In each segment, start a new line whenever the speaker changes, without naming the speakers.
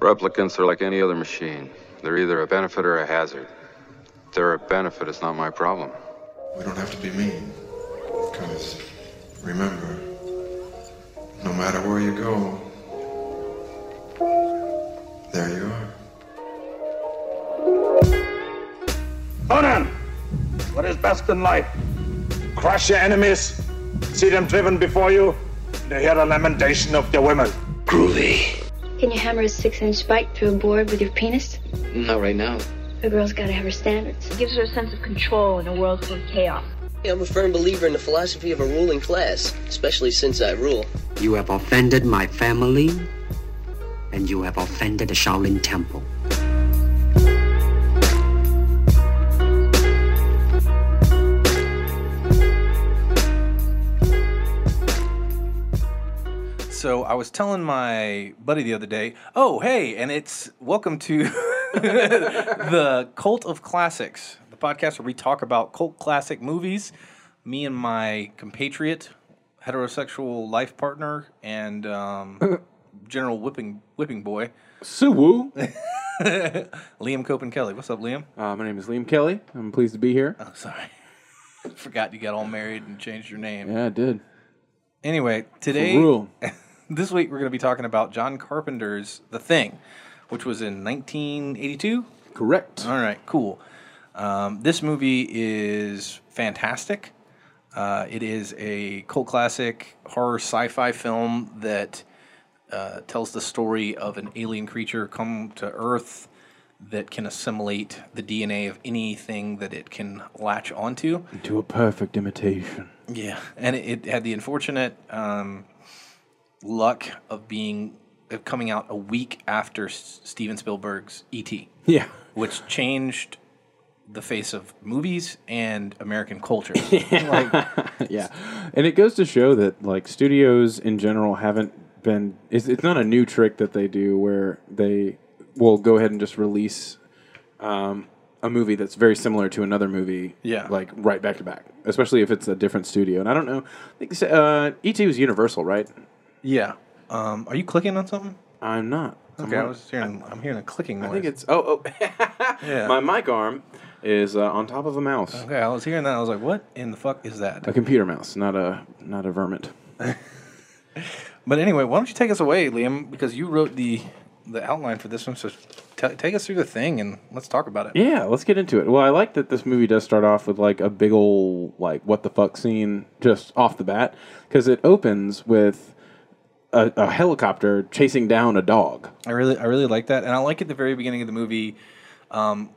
Replicants are like any other machine. They're either a benefit or a hazard. They're a benefit, it's not my problem.
We don't have to be mean. Because, remember, no matter where you go, there you are.
Conan, what is best in life? Crush your enemies, see them driven before you, and to hear the lamentation of their women.
Groovy.
Can you hammer a six inch spike through a board with your penis?
Not right now.
A girl's gotta have her standards.
It gives her a sense of control in a world full of chaos.
Yeah, I'm a firm believer in the philosophy of a ruling class, especially since I rule.
You have offended my family, and you have offended the Shaolin Temple.
So I was telling my buddy the other day, oh, hey, and it's welcome to the Cult of Classics, the podcast where we talk about cult classic movies. Me and my compatriot, heterosexual life partner, and um, general whipping whipping boy,
Suwoo.
Liam Cope and Kelly. What's up, Liam?
Uh, my name is Liam Kelly. I'm pleased to be here.
Oh, sorry. Forgot you got all married and changed your name.
Yeah, I did.
Anyway, today.
Rule.
this week we're going to be talking about John Carpenter's The Thing, which was in 1982.
Correct.
All right, cool. Um, this movie is fantastic. Uh, it is a cult classic horror sci fi film that uh, tells the story of an alien creature come to Earth that can assimilate the DNA of anything that it can latch onto.
To a perfect imitation.
Yeah, and it, it had the unfortunate um, luck of being of coming out a week after S- Steven Spielberg's E.T.,
Yeah.
which changed the face of movies and American culture.
Yeah. And it goes to show that, like, studios in general haven't been. It's, it's not a new trick that they do where they will go ahead and just release um, a movie that's very similar to another movie.
Yeah.
Like, right back to back, especially if it's a different studio. And I don't know. I think they said, uh, E.T. was Universal, right?
yeah. Um, are you clicking on something?
I'm not.
Okay, I was hearing, I'm hearing a clicking noise.
I think it's. Oh, oh.
yeah.
My mic arm is uh, on top of a mouse.
okay, I was hearing that. I was like, what in the fuck is that?
A computer mouse, not a not a vermin.
But anyway, why don't you take us away, Liam? Because you wrote the the outline for this one, so t- take us through the thing and let's talk about it.
Yeah, let's get into it. Well, I like that this movie does start off with like a big ol' like what the fuck scene just off the bat because it opens with a, a helicopter chasing down a dog.
I really, I really like that, and I like at the very beginning of the movie. Um,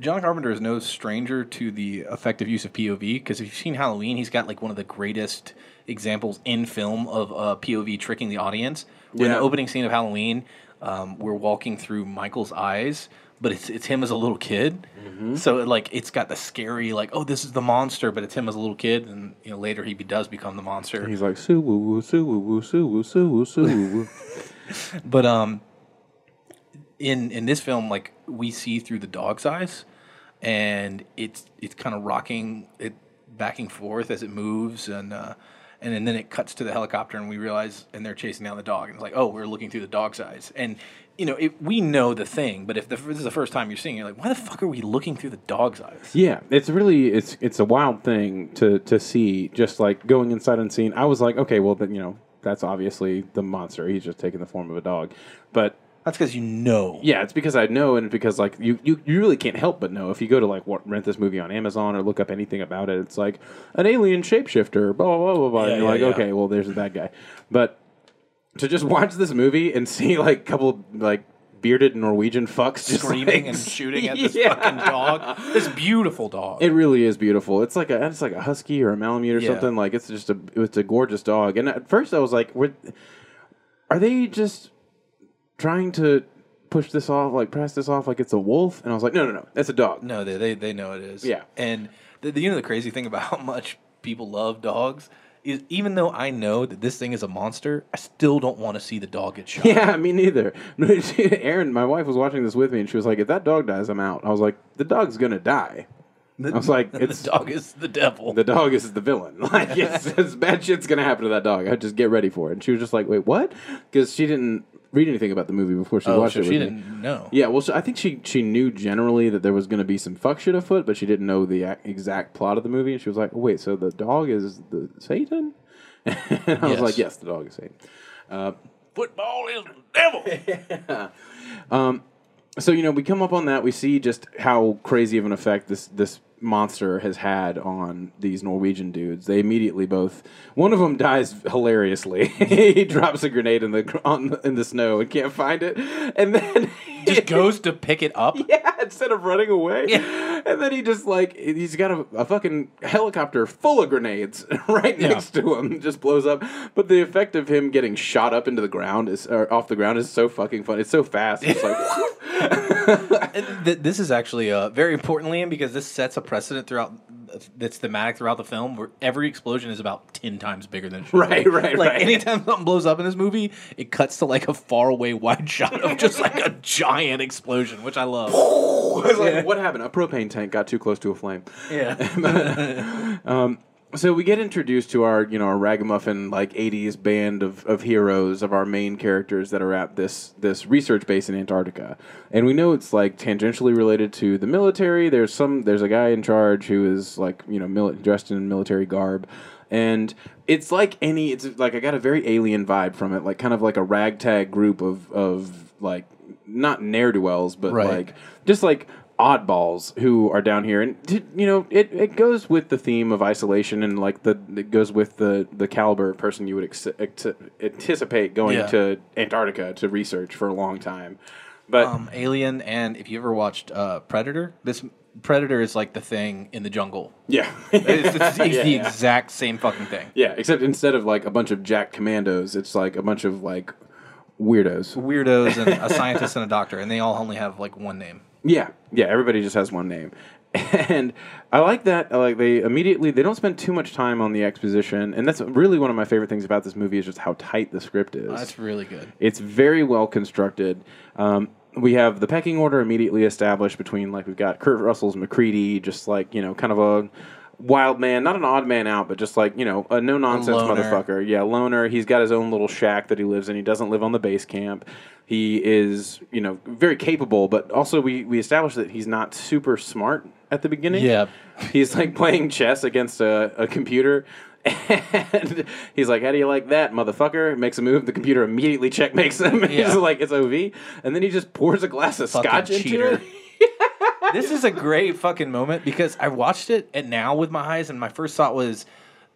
John Carpenter is no stranger to the effective use of POV because if you've seen Halloween, he's got like one of the greatest examples in film of uh, POV tricking the audience. Where In
Yeah.
the opening scene of Halloween, um, we're walking through Michael's eyes, but it's it's him as a little kid.
Mm-hmm.
So it, like it's got the scary like oh this is the monster, but it's him as a little kid, and you know later he be- does become the monster.
He's like soo woo woo soo woo woo soo woo soo woo soo woo. woo."
But um, in in this film, like we see through the dog's eyes, and it's it's kind of rocking it back and forth as it moves, and uh, and, then it cuts to the helicopter, and we realize, and they're chasing down the dog, and it's like, oh, we're looking through the dog's eyes, and you know, it, we know the thing, but if the, this is the first time you're seeing, it, you're like, why the fuck are we looking through the dog's eyes?
Yeah, it's really it's it's a wild thing to to see. Just like going inside and seeing, I was like, okay, well, then you know that's obviously the monster. He's just taking the form of a dog. But
That's because you know.
yeah, it's because I know, and because like you you, you really can't help but know if you go to like wa- rent this movie on Amazon or look up anything about it. It's like an alien shapeshifter, blah blah blah blah. blah.
Yeah,
and you're
yeah,
like,
yeah.
okay, well, there's that guy. But to just watch this movie and see like a couple like bearded Norwegian fucks just
Screaming
like,
and shooting at this
Yeah.
fucking dog. This beautiful dog.
It really is beautiful. It's like a it's like a husky or a malamute or
Yeah.
something. Like it's just a it's a gorgeous dog. And at first I was like, "Were- are they just trying to push this off like pass this off like it's a wolf? And I was like, no, no, no, that's a dog.
No, they they, they know it is.
Yeah.
And the, the, you know the crazy thing about how much people love dogs is even though I know that this thing is a monster, I still don't want to see the dog get shot.
Yeah, me neither. Aaron, my wife was watching this with me, and she was like, if that dog dies, I'm out. I was like, the dog's gonna die. I was like, it's
The dog is the devil.
the dog is the villain. Like, it's, it's bad shit's gonna happen to that dog. I just get ready for it. And she was just like, wait, what? Because she didn't
read anything about the movie before she
Oh,
watched
so
it.
she
with me.
didn't know.
Yeah, well, so I think she she knew generally that there was going to be some fuck shit afoot, but she didn't know the ac- exact plot of the movie, and she was like, "Wait, so the dog is the Satan?" and I was
Yes.
like, "Yes, the dog is Satan." Uh,
Football is the devil.
So you know, we come up on that, we see just how crazy of an effect this this monster has had on these Norwegian dudes. They immediately both one of them dies hilariously. he drops a grenade in the gr- on the, in the snow and can't find it, and then
Just goes to pick it up.
yeah, instead of running away. And then he just like he's got a, a fucking helicopter full of grenades right
Yeah.
next to him, just blows up. But the effect of him getting shot up into the ground is or off the ground is so fucking fun. It's so fast. It's like
And th- this is actually uh, very important, Liam, because this sets a precedent throughout that's thematic throughout the film, where every explosion is about ten times bigger than it should
Right,
be.
right,
Like
right.
anytime something blows up in this movie, it cuts to like a faraway wide shot of just like a giant explosion, which I love.
It's like, what happened? A propane tank got too close to a flame.
Yeah,
So we get introduced to our, you know, our ragamuffin like '80s band of, of heroes of our main characters that are at this this research base in Antarctica, and we know it's like tangentially related to the military. There's some there's a guy in charge who is like you know mil- dressed in military garb, and it's like any it's like I got a very alien vibe from it, like kind of like a ragtag group of of like not ne'er do wells, but
Right.
like just like oddballs who are down here and t- you know it, it goes with the theme of isolation and like the it goes with the the caliber of person you would ex- ex- anticipate going
Yeah.
to antarctica to research for a long time but
um, Alien, and if you ever watched uh, Predator, this Predator is like the thing in the jungle.
yeah
It's, it's- it's
Yeah,
the
yeah.
exact same fucking thing.
yeah except instead of like a bunch of jack commandos it's like a bunch of like weirdos
Weirdos and a scientist and a doctor, and they all only have like one name.
Yeah, yeah. Everybody just has one name, and I like that. I like they immediately they don't spend too much time on the exposition, and that's really one of my favorite things about this movie is just how tight the script is.
That's really good.
It's very well constructed. Um, we have the pecking order immediately established between like we've got Kurt Russell's McCready, just like you know, kind of a wild man, not an odd man out, but just like you know, a no nonsense
loner.
motherfucker. Yeah, loner. He's got his own little shack that he lives in. He doesn't live on the base camp. He is you know very capable, but also we we established that he's not super smart at the beginning.
Yeah.
He's like playing chess against a, a computer. And he's like, How do you like that, motherfucker? Makes a move. The computer immediately checkmates him.
Yeah.
He's like, It's OV. And then he just pours a glass of
Fucking
scotch
cheater.
into it.
this is a great fucking moment because I watched it and now with my eyes, and my first thought was,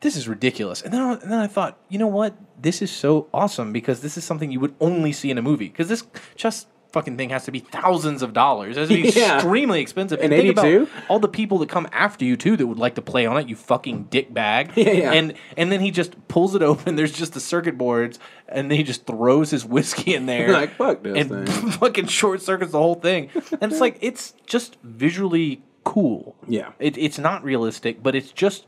this is ridiculous. And then, I- and then I thought, you know what? This is so awesome because this is something you would only see in a movie. Because this just fucking thing has to be thousands of dollars. It's
Yeah.
extremely expensive.
In
And think about
82?
all the people that come after you too that would like to play on it. You fucking dick bag.
yeah.
And and then he just pulls it open. There's just the circuit boards, and then he just throws his whiskey in there.
Like, fuck this
and
thing.
fucking short circuits the whole thing. And it's like it's just visually cool.
Yeah.
It, it's not realistic, but it's just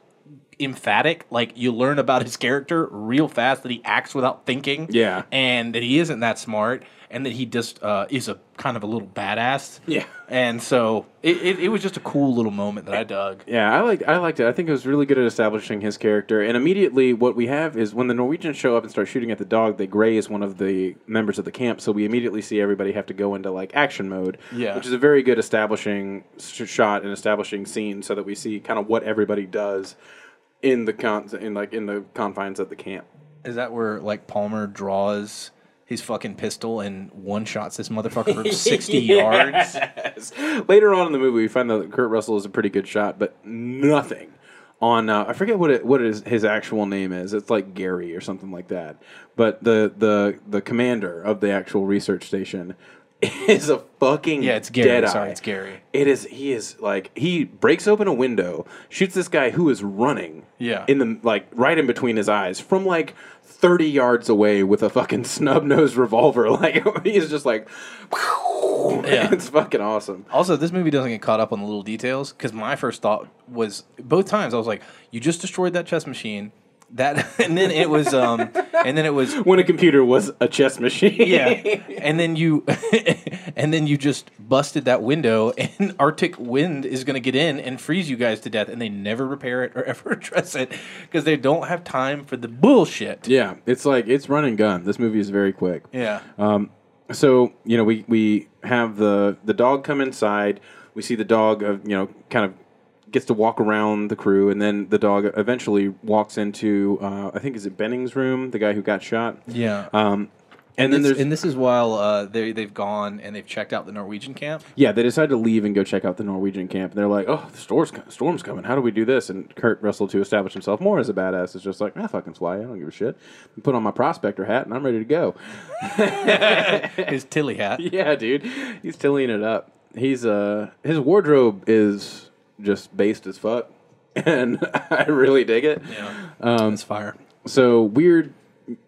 emphatic. Like you learn about his character real fast that he acts without thinking.
Yeah.
And that he isn't that smart and that he just uh, is a kind of a little badass.
Yeah.
And so it, it, it was just a cool little moment that I dug.
Yeah, I liked, I liked it. I think it was really good at establishing his character. And immediately, what we have is when the Norwegians show up and start shooting at the dog, they graze one of the members of the camp. So we immediately see everybody have to go into like action mode,
Yeah.
which is a very good establishing sh- shot and establishing scene, so that we see kind of what everybody does in the con- in like in the confines of the camp.
Is that where like Palmer draws his fucking pistol and one shots this motherfucker from 60 yards?
Later on in the movie, we find out that Kurt Russell is a pretty good shot, but nothing on. Uh, I forget what it what is his actual name is. It's like Gary or something like that. But the the the commander of the actual research station is a fucking
Yeah, it's Gary.
Deadeye.
Sorry, it's Gary.
It is. He is like he breaks open a window, shoots this guy who is running.
Yeah.
In the like right in between his eyes from like. 30 yards away with a fucking snub nosed revolver. Like, he's just like,
Yeah.
it's fucking awesome.
Also, this movie doesn't get caught up on the little details because my first thought was both times I was like, "You just destroyed that chess machine." That and then it was, um, and then it was,
when a computer was a chess machine.
yeah, and then you, and then you just busted that window, and Arctic wind is going to get in and freeze you guys to death, and they never repair it or ever address it because they don't have time for the bullshit.
yeah, it's like it's run and gun. This movie is very quick.
Yeah,
Um, so you know we we have the the dog come inside we see the dog uh, you know kind of gets to walk around the crew and then the dog eventually walks into uh, i think is it benning's room the guy who got shot
Yeah.
um, and then
and,
there's
this, and this is while uh, they they've gone and they've checked out the Norwegian camp.
yeah they decide to leave and go check out the norwegian camp and they're like oh the storm's, co- storm's coming how do we do this and kurt russell to establish himself more as a badass is just like i fucking fly i don't give a shit put on my prospector hat and i'm ready to go
His Tilly hat.
yeah, dude. He's tilling it up. He's uh his wardrobe is just based as fuck. And I really dig it.
Um, it's fire.
So weird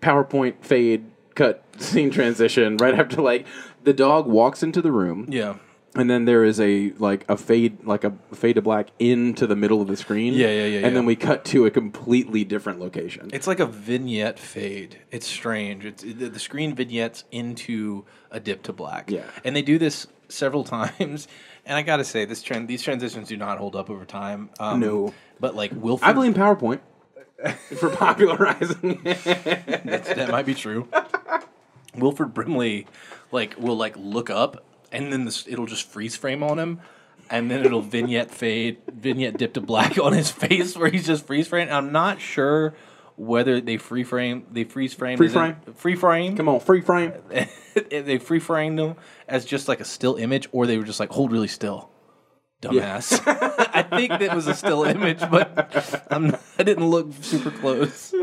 PowerPoint fade cut scene transition right after like the dog walks into the room
Yeah.
and then there is a like a fade like a fade to black into the middle of the screen.
Yeah, yeah, yeah,
And
yeah.
then we cut to a completely different location.
It's like a vignette fade. It's strange. It's the the screen vignettes into a dip to black.
Yeah.
and they do this several times. And I gotta say, this trend, these transitions do not hold up over time. Um,
No.
but like Wilford,
I blame PowerPoint for popularizing it.
that might be true. Wilford Brimley, like, will like look up, and then this, it'll just freeze frame on him, and then it'll vignette fade, vignette dip to black on his face where he's just freeze frame. I'm not sure whether they free frame, they freeze frame,
Free
as in-
frame?
free frame.
Come on, free frame.
they free framed them as just like a still image, or they were just like hold really still, dumbass. I think that was a still image, but I'm not, I didn't look super close.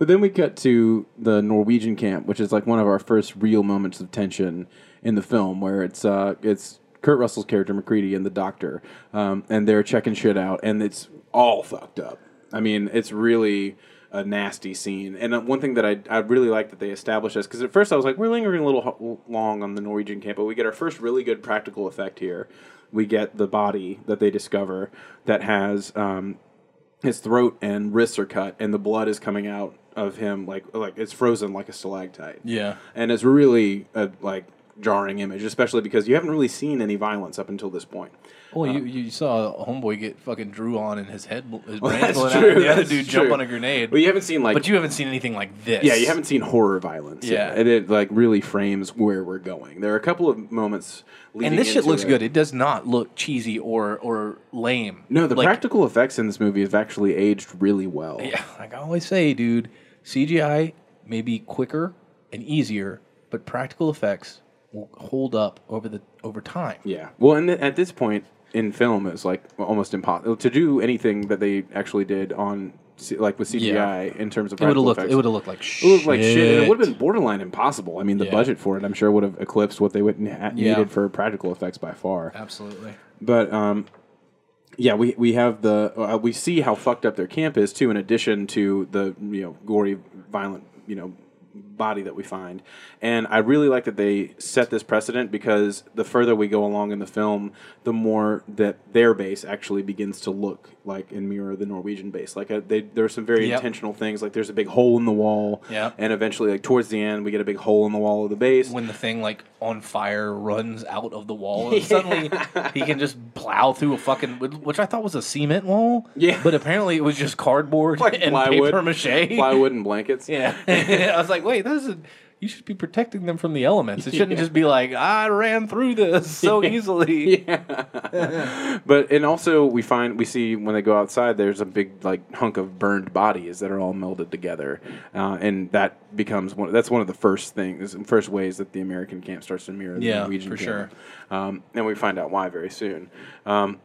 But then we cut to the Norwegian camp, which is like one of our first real moments of tension in the film, where it's uh, it's Kurt Russell's character McCready and the doctor, um, and they're checking shit out, and it's all fucked up. I mean, it's really a nasty scene. And uh, one thing that I I really like that they established this because at first I was like, we're lingering a little ho- long on the Norwegian camp, but we get our first really good practical effect here. We get the body that they discover that has um, his throat and wrists are cut and the blood is coming out of him like like it's frozen like a stalactite
Yeah.
and it's really a like jarring image especially because you haven't really seen any violence up until this point Um,
Well, you, you saw homeboy get fucking drew on and his head, bl- his brain
that's
blown out,
true,
and the other
that's
dude jump
true.
on a grenade.
well you haven't seen like
but you haven't seen anything like this.
yeah you haven't seen horror violence
Yeah.
and it like really frames where we're going there are a couple of moments leading
And this shit
into
looks
it.
good. It does not look cheesy or or lame.
no the
Like,
practical effects in this movie have actually aged really well
Yeah, like I always say, dude, CGI may be quicker and easier, but practical effects will hold up over the over time.
Yeah. Well, and th- at this point in film, it's like almost impossible to do anything that they actually did on C- like with CGI in terms of
It would have
practical
looked.
effects.
It would have looked like shit.
It looked like shit. and It would have been borderline impossible. I mean, the
Yeah.
budget for it, I'm sure, would have eclipsed what they would ha-
Yeah.
needed for practical effects by far.
absolutely.
But um, yeah, we we have the uh, we see how fucked up their camp is too. In addition to the you know gory, violent you know body that we find, and I really like that they set this precedent because the further we go along in the film, the more that their base actually begins to look like and mirror the Norwegian base. Like uh they, there are some very
Yep.
intentional things. Like there's a big hole in the wall,
Yep.
and eventually, like towards the end, we get a big hole in the wall of the base.
When the thing like on fire runs out of the wall, and suddenly he can just plow through a fucking which I thought was a cement wall.
Yeah.
but apparently it was just cardboard and paper mache.
plywood and blankets.
Yeah. I was like, wait, this is you should be protecting them from the elements. It shouldn't just be like, I ran through this so easily.
But and also we find we see when they go outside, there's a big like hunk of burned bodies that are all melded together, uh, and that becomes one. That's one of the first things, first ways that the American camp starts to mirror the
Yeah,
Norwegian
for
camp.
sure.
Um, and we find out why very soon. Um,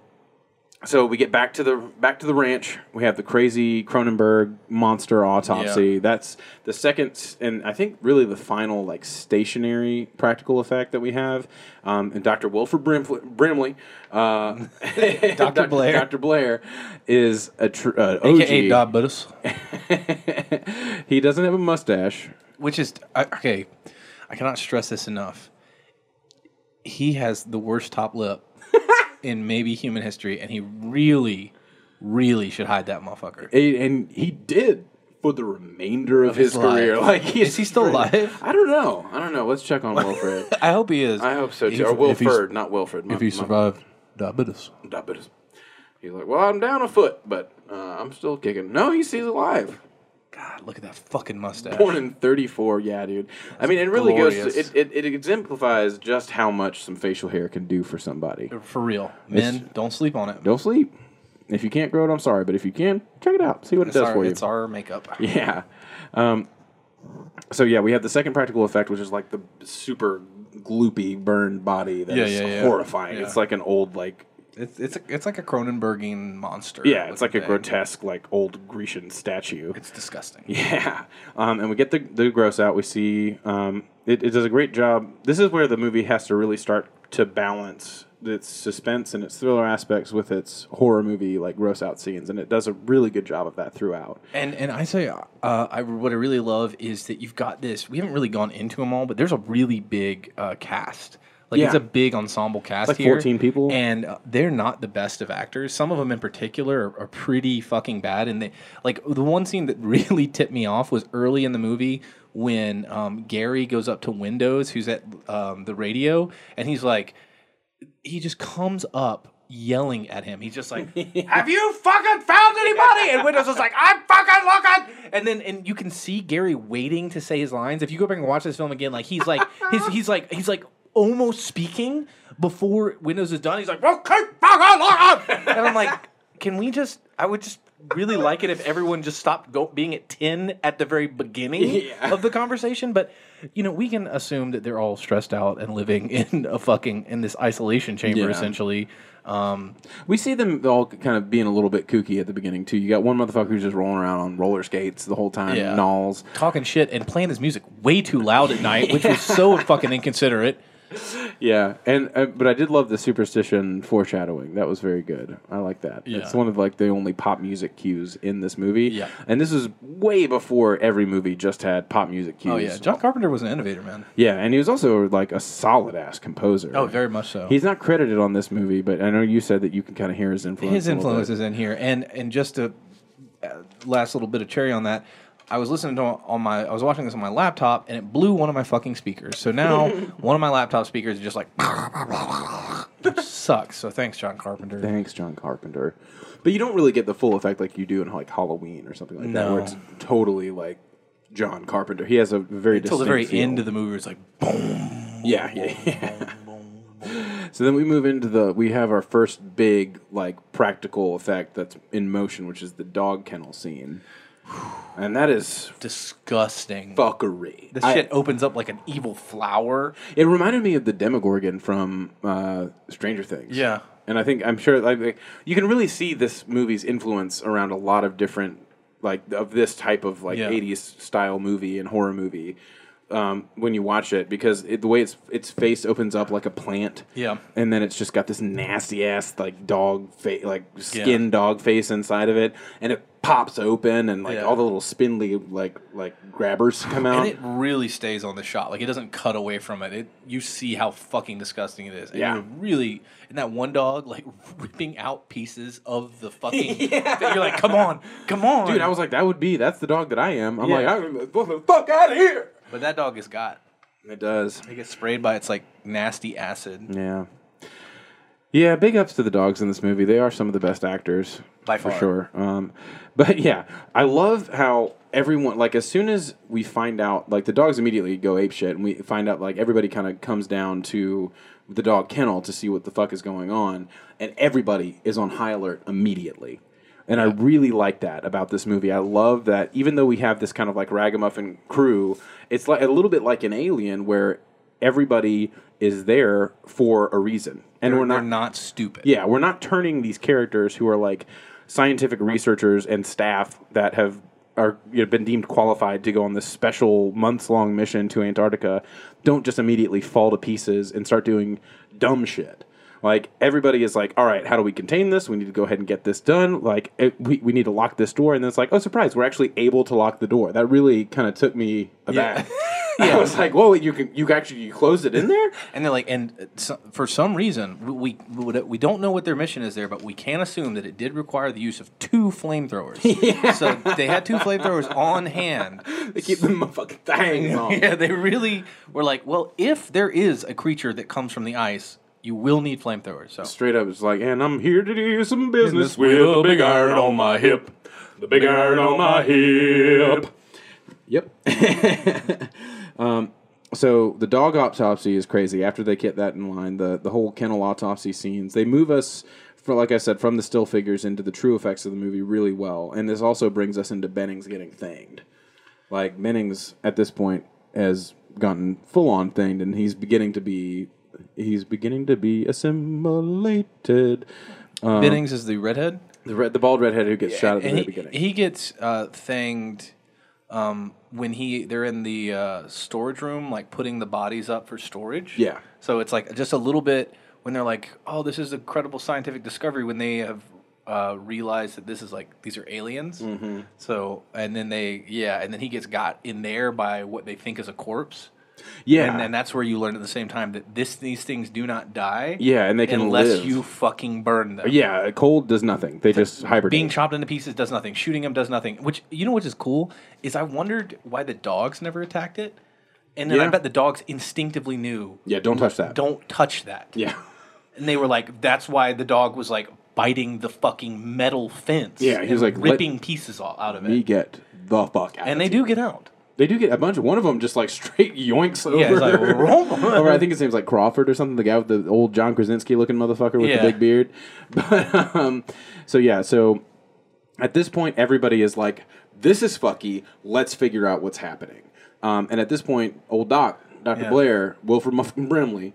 so we get back to the back to the ranch. We have the crazy Cronenberg monster autopsy. That's the second, s- and I think really the final like stationary practical effect that we have. Um, and Dr. Wilford Brimf- Brimley, uh, Dr.
Blair.
Dr. Blair is a tr- uh, OG.
AKA Diabetes.
he doesn't have a mustache.
Which is I, okay. I cannot stress this enough. He has the worst top lip in maybe human history, and he really, really should hide that motherfucker.
and, and he did for the remainder of, his,
his life.
career. Like,
Is he still alive?
I don't know. I don't know. Let's check on Wilfred.
I hope he is.
I hope so
If-
too. Or
if he's-
Wilford, not Wilfred. My-
If he
my-
survived diabetes.
diabetes. He's like, well, I'm down a foot, but uh, I'm still kicking. No, he's, he's alive.
God, look at that fucking mustache.
Born in 34, yeah, dude. I mean, it really goes. To,
glorious.
it, it it exemplifies just how much some facial hair can do for somebody.
For real, men, don't sleep on it.
Don't sleep. If you can't grow it, I'm sorry, but if you can, check it out. See what
It's
it does
our,
for you.
it's our makeup.
Yeah. Um, so yeah, we have the second practical effect, which is like the super gloopy burned body that's
Yeah, yeah, yeah.
horrifying.
Yeah.
It's like an old like
It's it's it's like a Cronenbergian monster.
yeah, it's like a
looking thing.
grotesque like old Grecian statue.
It's disgusting.
Yeah, um, and we get the the gross out. We see um, it, it does a great job. This is where the movie has to really start to balance its suspense and its thriller aspects with its horror movie like gross out scenes, and it does a really good job of that throughout.
And and I say, uh, I what I really love is that you've got this. We haven't really gone into them all, but there's a really big uh, cast. Like it's
Yeah.
a big ensemble cast
like
here.
14 people.
and uh, they're not the best of actors. Some of them in particular are, are pretty fucking bad. And they like the one scene that really tipped me off was early in the movie when um, Gary goes up to Windows, who's at um, the radio, and he's like, he just comes up yelling at him. He's just like, "Have you fucking found anybody?" And Windows is like, "I'm fucking looking." And then and you can see Gary waiting to say his lines. If you go back and watch this film again, like he's like he's he's like he's like almost speaking before Windows is done. He's like, "Well, keep fucking looking." And I'm like, "Can we just I would just really like it if everyone just stopped go, being at 10 at the very beginning of the conversation but you know we can assume that they're all stressed out and living in a fucking in this isolation chamber
Yeah.
essentially um,
We see them all kind of being a little bit kooky at the beginning too. You got one motherfucker who's just rolling around on roller skates the whole time,
Yeah.
gnarls.
talking shit and playing his music way too loud at night which was so fucking inconsiderate
Yeah, and uh, but I did love the superstition foreshadowing. That was very good. I like that.
Yeah.
It's one of like the only pop music cues in this movie.
Yeah.
and this is way before every movie just had pop music cues.
oh yeah john carpenter was an innovator man
Yeah, and he was also like a solid ass composer.
oh very much so
He's not credited on this movie, but I know you said that you can kind of hear his influence.
his
a little
influence
bit.
is in here and and just a last little bit of cherry on that i was listening to on my i was watching this on my laptop and it blew one of my fucking speakers so now one of my laptop speakers is just like which sucks so thanks john carpenter
Thanks, John Carpenter. But you don't really get the full effect like you do in like Halloween or something like that, where
No.
it's totally like John Carpenter. He has a very
until the
distinct
very
feel.
end of the movie it's like
yeah, yeah. yeah. so then we move into the we have our first big like practical effect that's in motion, which is the dog kennel scene, and that is
disgusting
fuckery.
this
I-
shit opens up like an evil flower
It reminded me of the Demogorgon from uh, Stranger Things.
Yeah.
and I think I'm sure like, like, you can really see this movie's influence around a lot of different like of this type of like
Yeah.
80s style movie and horror movie um, when you watch it because it, the way its its face opens up like a plant.
Yeah.
and then it's just got this nasty ass like dog face like skin dog face inside of it, and it pops open and like
Yeah.
all the little spindly like like grabbers come out.
and it really stays on the shot. Like it doesn't cut away from it. It you see how fucking disgusting it is. And
Yeah.
you're really and that one dog like ripping out pieces of the fucking you're like, come on, come on.
Dude, I was like, that would be that's the dog that I am. I'm
Yeah.
like, I'm the fuck out of here.
But that dog has got
It does.
it gets sprayed by its like nasty acid.
Yeah. Yeah, big ups to the dogs in this movie. They are some of the best actors.
By
For
far.
sure. Um, but yeah, I love how everyone, like, as soon as we find out, like, the dogs immediately go apeshit, and we find out, like, everybody kind of comes down to the dog kennel to see what the fuck is going on, and everybody is on high alert immediately. And I really like that about this movie. I love that even though we have this kind of like ragamuffin crew, it's like a little bit like an alien where everybody is there for a reason. And we're
They're
not,
not stupid.
yeah, we're not turning these characters who are like scientific researchers and staff that have are you know, been deemed qualified to go on this special months long mission to Antarctica don't just immediately fall to pieces and start doing dumb shit. Like everybody is like, all right, how do we contain this? We need to go ahead and get this done. Like it, we, we need to lock this door, and then it's like, oh surprise, we're actually able to lock the door. That really kind of took me aback. I was like, whoa, you can you actually you closed it in there?
And they're like, and uh, so, for some reason, we, we we don't know what their mission is there, but we can assume that it did require the use of two flamethrowers. So they had two flamethrowers on hand.
They keep the motherfucking thing on.
Yeah, they really were like, well, if there is a creature that comes from the ice, you will need flamethrowers. So
straight up it's like, and I'm here to do some business
with
with
a
the big iron on my hip. The big iron on my hip. Yep. um, so the dog autopsy is crazy. After they get that in line, the the whole kennel autopsy scenes, they move us. For, like I said, from the still figures into the true effects of the movie really well, and this also brings us into Bennings getting thanged. Like Bennings at this point has gotten full on thinged, and he's beginning to be he's beginning to be assimilated. Uh,
Biddings is the redhead.
The red, the bald redhead who gets shot at the
And
very
he,
beginning.
he gets uh, thanged um, when he they're in the uh, storage room, like putting the bodies up for storage.
Yeah.
So it's like just a little bit when they're like, "Oh, this is a credible scientific discovery." When they have uh, realized that this is like these are aliens.
Mm-hmm.
So and then they yeah, and then he gets got in there by what they think is a corpse.
yeah,
And then that's where you learn at the same time that this these things do not die.
yeah, and they can
Unless
live.
you fucking burn them.
yeah, cold does nothing. They just hibernate.
Being chopped into pieces does nothing. Shooting them does nothing. Which you know, which is cool is I wondered why the dogs never attacked it, and then I
Yeah.
bet the dogs instinctively knew.
yeah, don't touch that.
Don't touch that.
Yeah,
And they were like, that's why the dog was like biting the fucking metal fence.
Yeah, he was
and
like, let
ripping pieces all out of it.
we get the fuck out.
and
of
they
here.
do get out.
They do get a bunch. One of them just like straight yoinks over.
Yeah, it's like, "Vroom."
or I think his name's like Crawford or something. The guy with the old John Krasinski looking motherfucker with
Yeah.
the big beard. But um, so yeah, so at this point, everybody is like, "This is fucky. Let's figure out what's happening." Um, and at this point, old Doc, Doctor
Yeah.
Blair, Wilfred Muffin Brimley,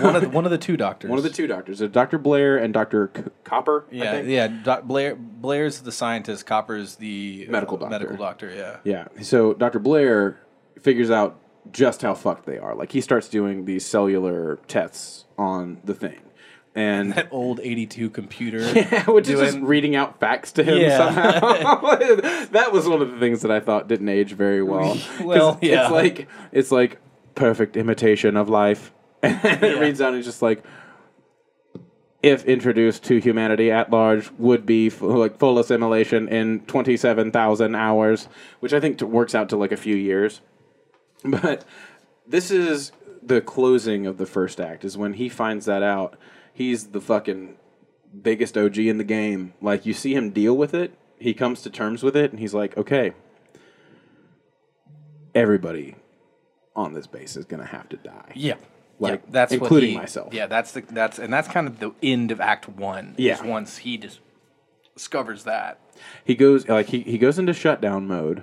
One of the, one of the two doctors.
one of the two doctors, so Doctor Blair and Doctor C- Copper. I
Yeah,
think.
yeah. Doc Blair Blair's the scientist. Copper's the uh,
Medical doctor.
Medical doctor. Yeah.
Yeah. So Dr. Blair figures out just how fucked they are. Like he starts doing these cellular tests on the thing. And
That old eighty-two computer.
which is just
Doing-
reading out facts to him
Yeah.
somehow. that was one of the things that I thought didn't age very well. 'Cause
Well, yeah.
it's like it's like perfect imitation of life. And it reads out and it's just like if introduced to humanity at large, would be f- like full assimilation in twenty seven thousand hours, which I think t- works out to like a few years. But this is the closing of the first act. Is when he finds that out. He's the fucking biggest OG in the game. Like you see him deal with it. He comes to terms with it, and he's like, okay, everybody on this base is gonna have to die.
Yeah.
Like,
Yeah, that's what
including
he-
myself.
Yeah, that's the that's and that's kind of the end of Act One. is
Yeah.
once he dis- discovers that.
he goes like he, he goes into shutdown mode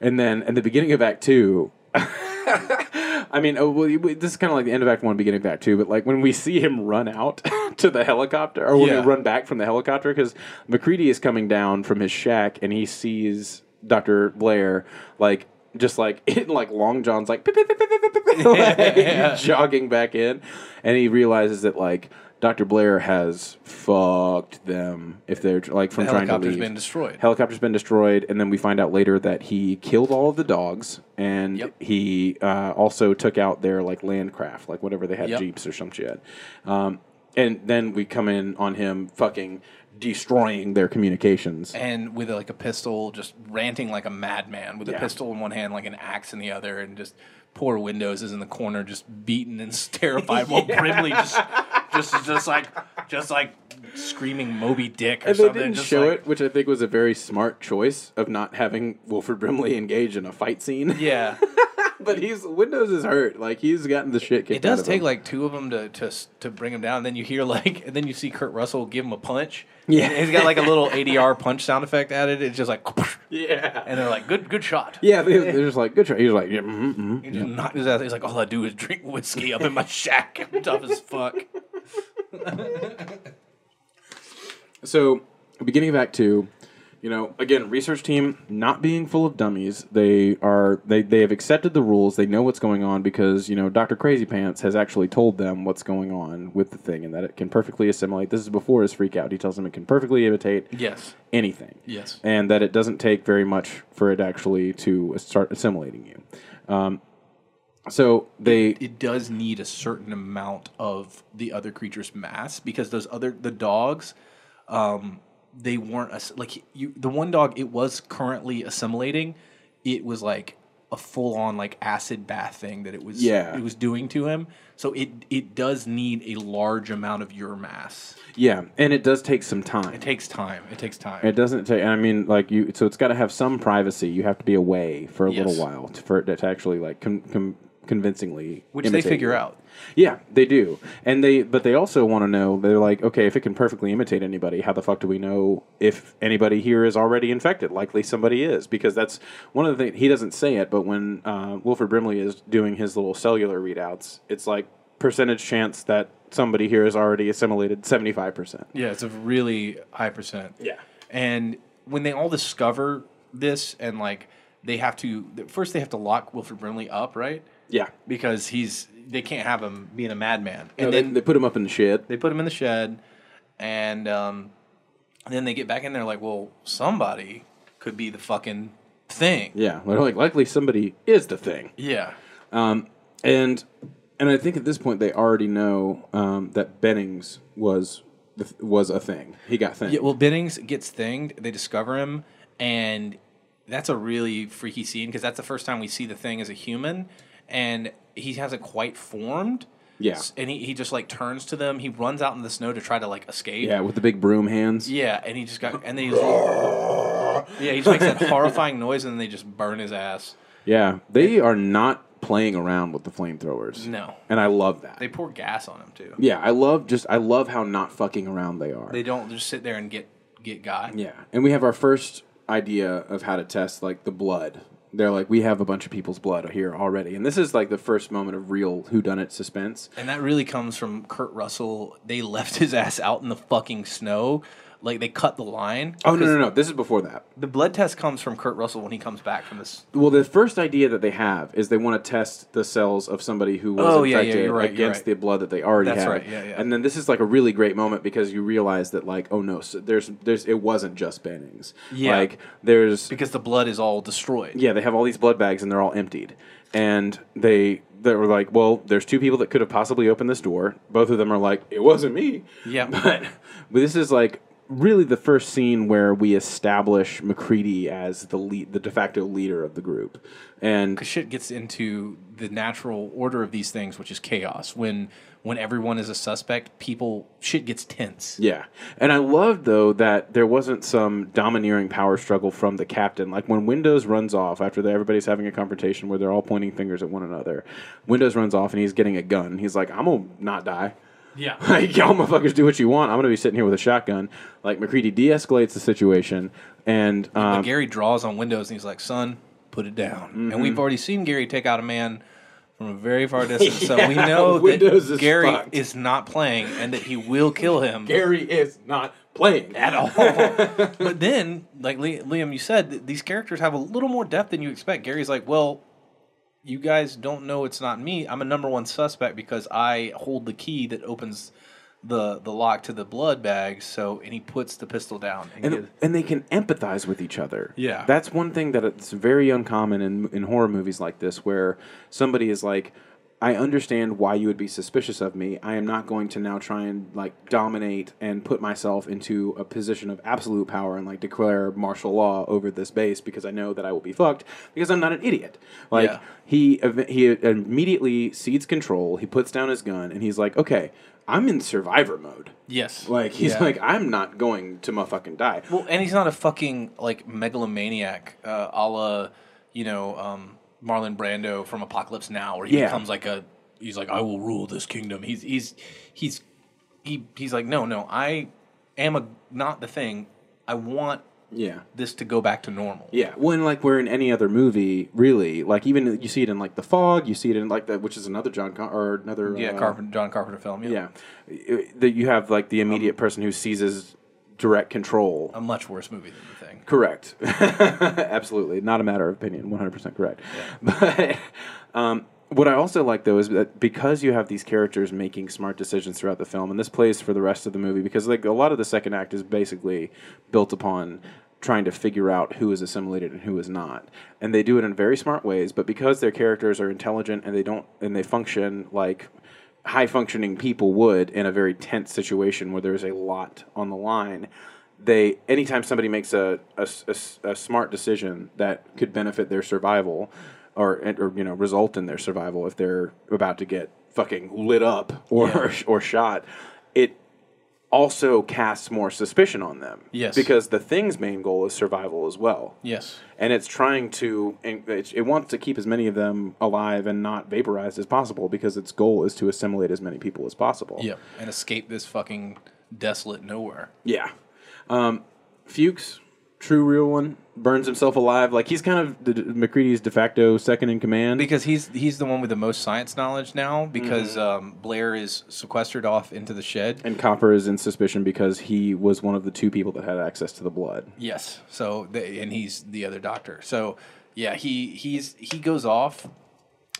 and then at the beginning of act two i mean oh, well, you- this is kind of like the end of act one beginning of act two but like when we see him run out to the helicopter or when
Yeah.
we run back from the helicopter because mccready is coming down from his shack and he sees dr blair like just like in like long john's like, "Pip, pip, pip, pip, pip, pip, pip," like, jogging back in and he realizes that like dr blair has fucked them if they're like from
The
trying to
helicopter's
leave
been destroyed.
helicopter's been destroyed, and then we find out later that he killed all of the dogs, and
Yep.
he uh, also took out their like landcraft, like whatever they had
Yep.
jeeps or some shit. Um, and then we come in on him fucking destroying their communications.
and with like a pistol, just ranting like a madman with a
Yeah.
pistol in one hand, like an axe in the other, and just poor Windows is in the corner, just beaten and terrified, while Brimley just, just, just like, just like screaming Moby Dick or
and they
something.
didn't
just
show
like,
it, which I think was a very smart choice of not having Wilfred Brimley engage in a fight scene.
Yeah,
but he's Windows is hurt; like he's gotten the shit kicked.
it does
out of him.
take like two of them to, to s- to bring him down. And then you hear like, and then you see Kurt Russell give him a punch.
Yeah.
he's got like a little ADR punch sound effect added. It's just like,
yeah,
and they're like, good, good shot.
yeah. They, they're just like good try. He's like, yeah, mm mm
He just knocked his ass. He's like, all I do is drink whiskey up in my shack. I'm tough as fuck.
So, beginning of Act Two, you know, again, research team not being full of dummies. They are they they have accepted the rules. They know what's going on because you know Doctor Crazy Pants has actually told them what's going on with the thing and that it can perfectly assimilate. This is before his freak out. He tells them it can perfectly imitate
Yes.
anything.
Yes.
And that it doesn't take very much for it actually to start assimilating you. Um, so they
It does need a certain amount of the other creature's mass because those other the dogs, um, they weren't ass- like you. The one dog it was currently assimilating, it was like a a full on like acid bath thing that it was
Yeah.
it was doing to him. So it it does need a large amount of your mass.
Yeah, and it does take some time.
It takes time. It takes time.
It doesn't take. I mean, like you. So it's got to have some privacy. You have to be away for a
Yes.
little while to, for it to actually like com, com, convincingly.
which they
imitate
figure
you.
out.
Yeah, they do, and they. But they also want to know. They're like, okay, if it can perfectly imitate anybody, how the fuck do we know if anybody here is already infected? Likely somebody is, because that's one of the things he doesn't say it. But when uh, Wilford Brimley is doing his little cellular readouts, it's like percentage chance that somebody here is already assimilated seventy five percent.
Yeah, it's a really high percent.
Yeah.
And when they all discover this and like they have to first they have to lock Wilfred Brimley up, right?
Yeah.
Because he's they can't have him being a madman. And
No,
then
they, they put him up in the shed.
they put him in the shed and um, then they get back in there like, well, somebody could be the fucking thing.
Yeah, well, like likely somebody is the thing,
Yeah.
and and I think at this point they already know um, that Bennings was the th- was a thing. He got thing.
Yeah, well, Bennings gets thinged. They discover him, and that's a really freaky scene because that's the first time we see the thing as a human, and he hasn't quite formed.
Yeah.
S- and he, he just like turns to them. He runs out in the snow to try to like escape.
yeah, with the big broom hands.
Yeah, and he just got and then he's yeah he just makes that horrifying noise and then they just burn his ass.
Yeah, they are not playing around with the flamethrowers.
No.
and I love that.
They pour gas on him too.
yeah, I love just I love how not fucking around they are.
They don't just sit there and get get got.
Yeah, and we have our first idea of how to test like the blood. They're like, we have a bunch of people's blood here already, and this is like the first moment of real whodunit suspense.
And that really comes from Kurt Russell. They left his ass out in the fucking snow. Like they cut the line.
Oh no, no, no! This is before that.
The blood test comes from Kurt Russell when he comes back from this.
Well, the first idea that they have is they want to test the cells of somebody who was
Oh, yeah, yeah,
infected
you're right, you're
against
right.
the blood that they already
That's
have.
right, yeah, yeah.
And then this is like a really great moment because you realize that like, oh no, so there's there's it wasn't just Bennings.
Yeah.
Like there's
because the blood is all destroyed.
yeah, they have all these blood bags and they're all emptied. And they they were like, well, there's two people that could have possibly opened this door. Both of them are like, it wasn't me.
Yeah.
But, but this is like really the first scene where we establish McCready as the lead, the de facto leader of the group. And
Shit gets into the natural order of these things, which is chaos. When when everyone is a suspect, people shit gets tense.
Yeah. And I loved, though, that there wasn't some domineering power struggle from the captain. Like when Windows runs off after the, everybody's having a confrontation where they're all pointing fingers at one another, Windows runs off and he's getting a gun. He's like, I'm going to not die.
Yeah.
Like, y'all motherfuckers do what you want. I'm going to be sitting here with a shotgun. Like, McCready de escalates the situation. And
But
um,
Gary draws on windows and he's like, "Son, put it down." And
Mm-hmm.
we've already seen Gary take out a man from a very far distance, so we
Yeah,
know
Windows
that
is
Gary
fucked.
is not playing and that he will kill him.
Gary is not playing at all.
but then, like Li- Liam, you said th- these characters have a little more depth than you expect. Gary's like, well, you guys don't know it's not me. I'm a number one suspect because I hold the key that opens the the lock to the blood bag. So, and he puts the pistol down. And
and, and they can empathize with each other.
Yeah.
that's one thing that it's very uncommon in in horror movies like this, where somebody is like, "I understand why you would be suspicious of me. I am not going to now try and like dominate and put myself into a position of absolute power and like declare martial law over this base because I know that I will be fucked because I'm not an idiot." Like
Yeah.
he ev- he immediately cedes control. He puts down his gun and he's like, "Okay, I'm in survivor mode."
yes,
Like he's
Yeah.
like, "I'm not going to motherfucking die."
well, and he's not a fucking like megalomaniac, uh, a la you know um, Marlon Brando from Apocalypse Now, where he
Yeah.
becomes like a he's like, I will rule this kingdom. He's he's he's he, he's like, no, no, I am a not the thing. I want
Yeah.
this to go back to normal.
Yeah. Well, and like we're in any other movie, really. Like even you see it in like The Fog, you see it in like the which is another John Car- or another
Yeah,
uh,
Carpenter, John Carpenter film. Yeah.
Yeah, I- that you have like the immediate person who seizes direct control.
a much worse movie than the thing.
correct. Absolutely, not a matter of opinion. One hundred percent correct. But um, what I also like though is that because you have these characters making smart decisions throughout the film, and this plays for the rest of the movie because like a lot of the second act is basically built upon trying to figure out who is assimilated and who is not. And they do it in very smart ways, but because their characters are intelligent and they don't and they function like high functioning people would in a very tense situation where there's a lot on the line, they anytime somebody makes a, a s- a s- a smart decision that could benefit their survival, or or you know result in their survival if they're about to get fucking lit up or or shot. It also casts more suspicion on them.
Yes.
Because the thing's main goal is survival as well.
Yes.
And it's trying to, and it's- it wants to keep as many of them alive and not vaporized as possible because its goal is to assimilate as many people as possible.
Yeah. And escape this fucking desolate nowhere.
Yeah. Um, Fuchs, true real one, burns himself alive. Like he's kind of the, McCready's de facto second in command.
Because he's he's the one with the most science knowledge now. Because um, Blair is sequestered off into the shed.
Mm-hmm. and Copper is in suspicion because he was one of the two people that had access to the blood.
Yes. So they, and he's the other doctor. So yeah, he he's he goes off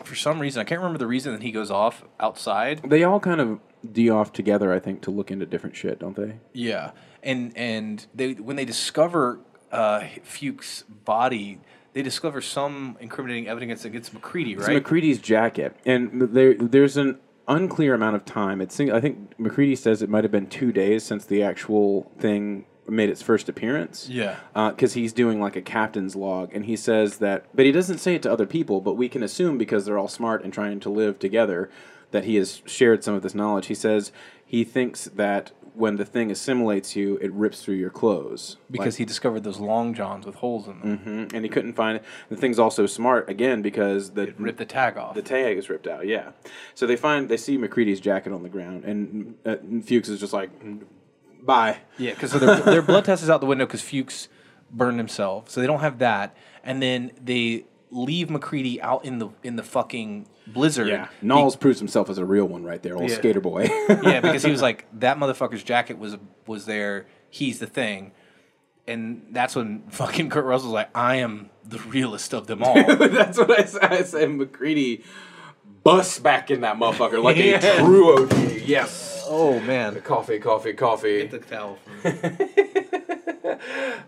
for some reason. I can't remember the reason that he goes off outside.
They all kind of de off together, I think, to look into different shit, don't they?
Yeah. And and they when they discover uh, Fuchs' body, they discover some incriminating evidence against McCready,
It's
right?
McCready's jacket, and there there's an unclear amount of time. It's I think McCready says it might have been two days since the actual thing made its first appearance.
Yeah.
because he's doing like a captain's log, and he says that, but he doesn't say it to other people. But we can assume because they're all smart and trying to live together that he has shared some of this knowledge. He says he thinks that when the thing assimilates you, it rips through your clothes
because he discovered those long johns with holes in them.
Mhm. and he couldn't find it. The thing's also smart again because the
Ripped the tag off.
the tag is ripped out, yeah. So they find they see McCready's jacket on the ground, and uh, Fuchs is just like, "Bye."
Yeah, because so their, their blood test is out the window because Fuchs burned himself, so they don't have that. And then they leave McCready out in the in the fucking blizzard.
Knowles proves himself as a real one right there, old
Yeah.
skater boy.
yeah, because he was like that motherfucker's jacket was was there. He's the thing, and that's when fucking Kurt Russell's like, I am the realest of them all.
That's what I said. I said McCready busts back in that motherfucker like
Yeah.
a true OG. Yes.
oh man,
Coffee, coffee, coffee.
the towel. From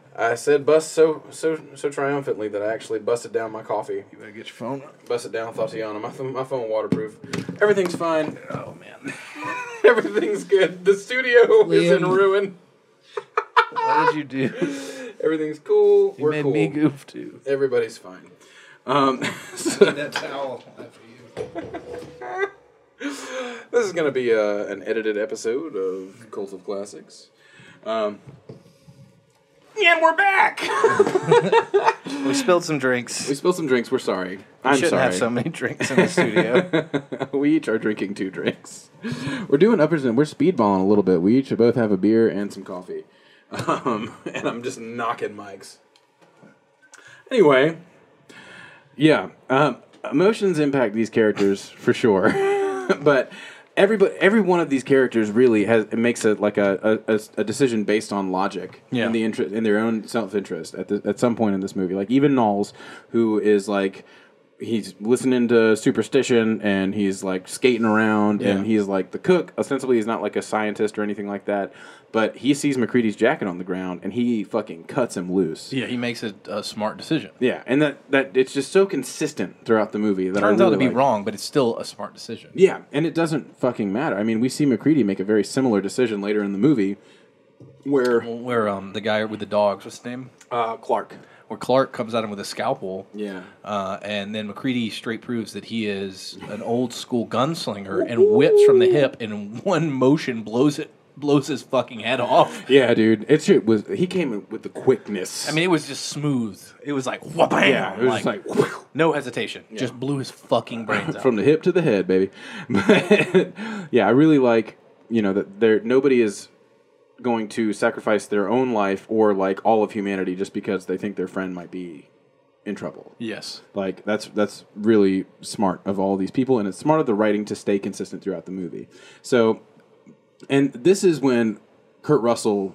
I said bust so so so triumphantly that I actually busted down my coffee.
you better get your phone.
Bust it down, Tatiana. My, th- my phone waterproof. Everything's fine.
Oh man,
Everything's good. The studio is in
Liam.
ruin.
what did you do?
Everything's cool.
You
We're
made
cool.
me goof too.
Everybody's fine. Um, so
That towel after you.
this is going to be uh an edited episode of Cult of Classics. Um, and we're back.
We spilled some drinks.
we spilled some drinks. We're sorry. I'm
shouldn't
sorry.
have so many drinks in the studio.
we each are drinking two drinks. We're doing uppers and we're speedballing a little bit. We each both have a beer and some coffee. Um, and I'm just knocking mics. Anyway, yeah, um, emotions impact these characters for sure, but everybody, every one of these characters really has it makes a like a a, a- a decision based on logic
Yeah.
in the interest in their own self interest at the, at some point in this movie. Like even Knowles, who is like. He's listening to superstition and he's like skating around and
Yeah.
he's like the cook. Ostensibly, he's not like a scientist or anything like that, but he sees McCready's jacket on the ground and he fucking cuts him loose.
yeah, he makes a, a smart decision.
Yeah, and that that it's just so consistent throughout the movie that I
Turns out
really
to be
like.
wrong, but it's still a smart decision.
Yeah, and it doesn't fucking matter. I mean, we see McCready make a very similar decision later in the movie, where
Where um the guy with the dogs, what's his name?
uh, Clark.
Where Clark comes at him with a scalpel.
Yeah.
Uh, and then McCready straight proves that he is an old school gunslinger and whips from the hip and in one motion blows it blows his fucking head off.
Yeah, dude, it shit was he came with the quickness.
I mean, it was just smooth. It was like whoop bam.
yeah, it was just like whew,
no hesitation. Just blew his fucking brains out.
from the hip to the head, baby. But yeah, I really like you know that there nobody is going to sacrifice their own life or like all of humanity just because they think their friend might be in trouble.
yes.
Like that's that's really smart of all these people, and it's smart of the writing to stay consistent throughout the movie. So, and this is when Kurt Russell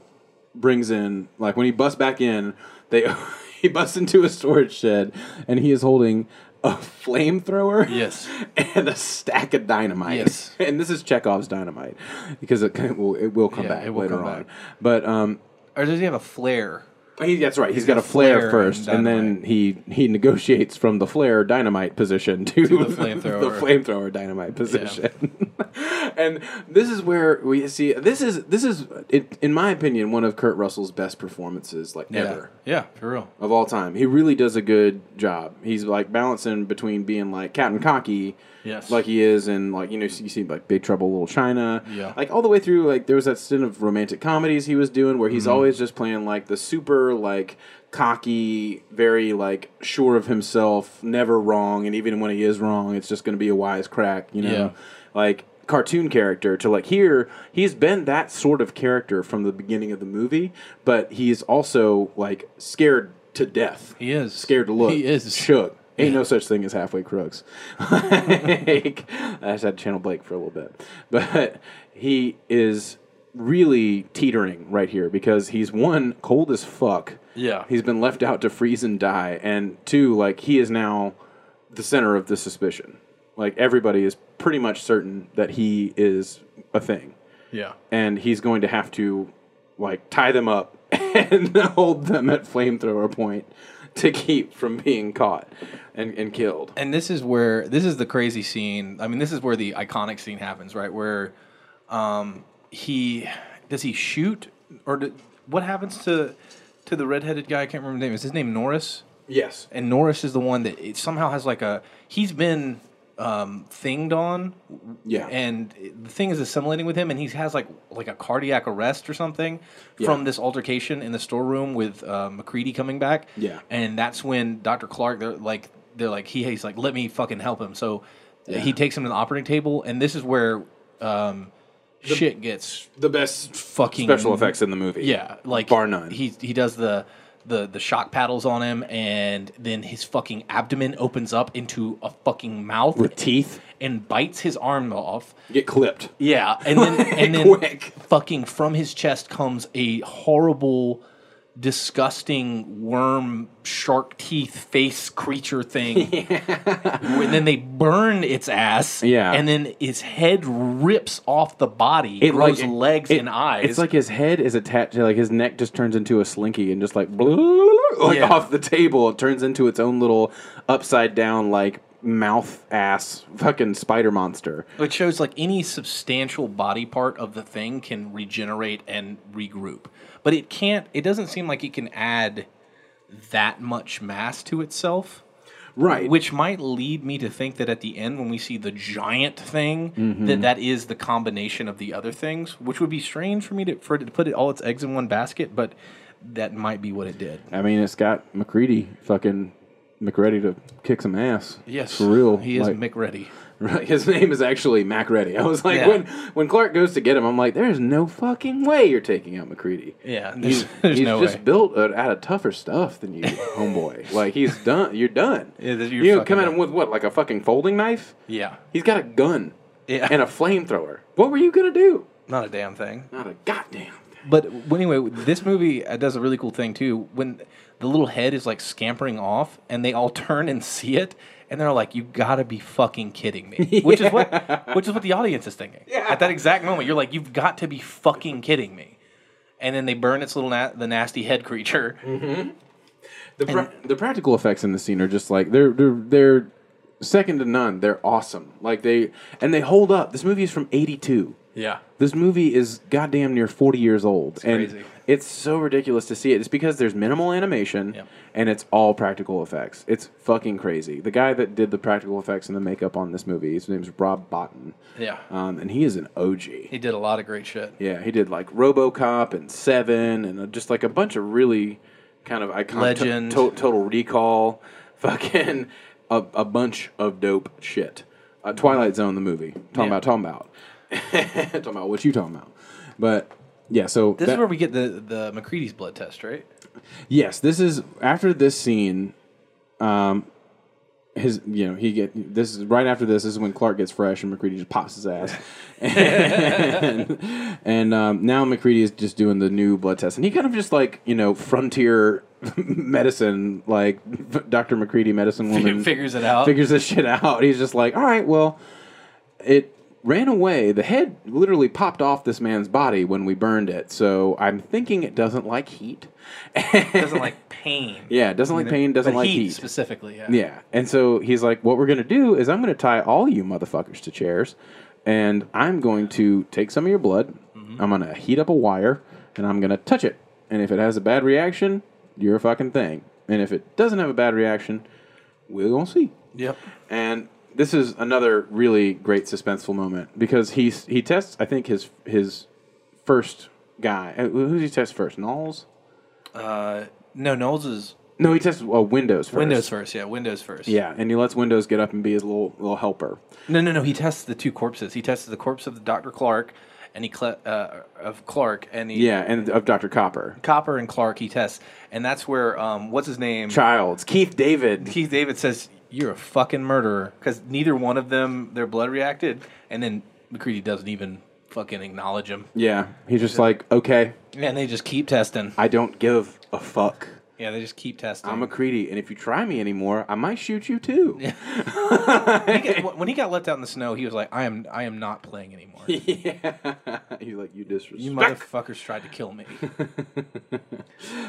brings in like when he busts back in, they he busts into a storage shed, and he is holding a flamethrower,
Yes.
and a stack of dynamite.
Yes.
and this is Chekhov's dynamite because it, can- it will it will come
Yeah,
back
it will
later
come
on.
back.
But um,
Or does he have a flare?
Oh, he- that's right. he's got a flare,
flare
first,
and
and, then
dynamite.
he he negotiates from the flare dynamite position to,
the
the
flamethrower.
flamethrower dynamite position. and this is where we see this is this is it, in my opinion one of Kurt Russell's best performances like ever
Yeah, for real.
of all time. He really does a good job. He's like balancing between being like Captain Cocky,
Yes.
like he is, and like you know you see like Big Trouble in Little China,
Yeah.
like all the way through. Like there was that stint of romantic comedies he was doing where
Mm-hmm.
he's always just playing like the super like cocky, very like sure of himself, never wrong, and even when he is wrong, it's just going to be a wise crack, you know,
Yeah.
like cartoon character to like here he's been that sort of character from the beginning of the movie but he's also like scared to death
He is.
scared to look
He is.
shook ain't no such thing as halfway crooks like, i just had to channel blake for a little bit but he is really teetering right here because he's one cold as fuck
Yeah.
he's been left out to freeze and die and two like he is now the center of the suspicion like everybody is pretty much certain that he is a thing
Yeah.
and he's going to have to like tie them up and hold them at flamethrower point to keep from being caught and, and killed.
And this is where this is the crazy scene. I mean, this is where the iconic scene happens, right? Where um, he does he shoot or do, what happens to to the redheaded guy? I can't remember his name. Is his name Norris?
Yes.
and Norris is the one that it somehow has like a he's been um thinged on
Yeah.
and the thing is assimilating with him and he has like like a cardiac arrest or something from this altercation in the storeroom with uh, McCready coming back
Yeah.
and that's when Dr. Clark they're like they're like he he's like let me fucking help him so he takes him to the operating table and this is where um shit gets
the best
fucking
special effects in the movie.
yeah, like
bar none.
He he does the the the shock paddles on him, and then his fucking abdomen opens up into a fucking mouth
with teeth
and bites his arm off.
get clipped.
Yeah, and then and then
Quick.
fucking from his chest comes a horrible, disgusting worm shark teeth face creature thing. and then they burn its ass.
Yeah.
and then its head rips off the body,
It
grows
like-
legs
it-
and eyes.
It's like his head is attached to like his neck just turns into a slinky and just like, like
Yeah.
off the table. It turns into its own little upside down like mouth ass fucking spider monster.
It shows like any substantial body part of the thing can regenerate and regroup, but it can't. It doesn't seem like it can add that much mass to itself,
Right.
which might lead me to think that at the end, when we see the giant thing,
Mm-hmm.
that that is the combination of the other things, which would be strange for me to for it to put it all its eggs in one basket, but that might be what it did.
I mean, it's got McCready fucking McReady to kick some ass.
Yes,
for real.
He is
Like,
McReady.
right, his name is actually MacReady. I was like,
Yeah.
when when Clark goes to get him, I'm like, there's no fucking way you're taking out McCready.
Yeah, there's,
He's,
there's
he's
no
just
way.
built out out of tougher stuff than you, homeboy. like he's done. You're done.
Yeah, you're
you know, come
fucking
at him with what, like a fucking folding knife?
yeah,
He's got a gun
Yeah.
and a flamethrower. What were you gonna do?
not a damn thing.
Not a goddamn.
But w- anyway, this movie uh, does a really cool thing too. When the little head is like scampering off, and they all turn and see it, and they're like, "You gotta be fucking kidding me!" Which is what, which is what the audience is thinking at that exact moment. You're like, "You've got to be fucking kidding me!" And then they burn its little na- the nasty head creature.
Mm-hmm. The, pra- the practical effects in the scene are just like they're they're they're second to none. They're awesome. Like they and they hold up. This movie is from '82.
Yeah,
This movie is goddamn near 40 years old. and
crazy.
it's so ridiculous to see it. It's because there's minimal animation
Yep.
and it's all practical effects. It's fucking crazy. The guy that did the practical effects and the makeup on this movie, his name's Rob Botton.
yeah.
Um, and he is an OG.
He did a lot of great shit.
Yeah, he did like RoboCop and Seven, and uh, just like a bunch of really kind of iconic.
Legend.
To- to- total Recall, fucking a, a bunch of dope shit. Uh, Twilight Zone, the movie. Talking
Yeah.
about, talking about, talking about what you talking about. But yeah, so
This
that-
is where we get the the McCready's blood test, right?
Yes, this is after this scene. Um, his you know he get this is right after this, this is when Clark gets fresh and McCready just pops his ass, and, and, um, now McCready is just doing the new blood test, and he kind of just like you know frontier medicine like Doctor McCready medicine woman
Figures it out.
figures this shit out. He's just like, all right, well, it ran away. The head literally popped off this man's body when we burned it. So I'm thinking it doesn't like heat.
doesn't like pain.
Yeah, it doesn't like pain, doesn't
But
like
heat,
heat.
specifically. Yeah.
Yeah. And so he's like, what we're going to do is I'm going to tie all you motherfuckers to chairs and I'm going to take some of your blood.
Mm-hmm.
I'm going to heat up a wire and I'm going to touch it. And if it has a bad reaction, you're a fucking thing. And if it doesn't have a bad reaction, we're going to see.
Yep.
And this is another really great suspenseful moment because he he tests I think his his first guy. Uh, Who does he test first? Knowles?
Uh, no, Knowles is
No, he tests uh, Windows first.
Windows first. Yeah, Windows first.
Yeah, and he lets Windows get up and be his little little helper.
No, no, no. He tests the two corpses. He tests the corpse of Doctor Clark, and he cle- uh, of Clark, and he
Yeah, and of Dr. Copper.
Copper and Clark. He tests, and that's where um, what's his name?
Childs, Keith David.
Keith David says you're a fucking murderer because neither one of them their blood reacted, and then McCready doesn't even fucking acknowledge him,
Yeah, he's just like, okay,
and they just keep testing.
I don't give a fuck.
Yeah, they just keep testing.
I'm a Creedy, and if you try me anymore, I might shoot you too. Yeah,
He got- when he got left out in the snow, he was like, "I am, I am not playing anymore.
he's like, you disrespect.
You motherfuckers tried to kill me."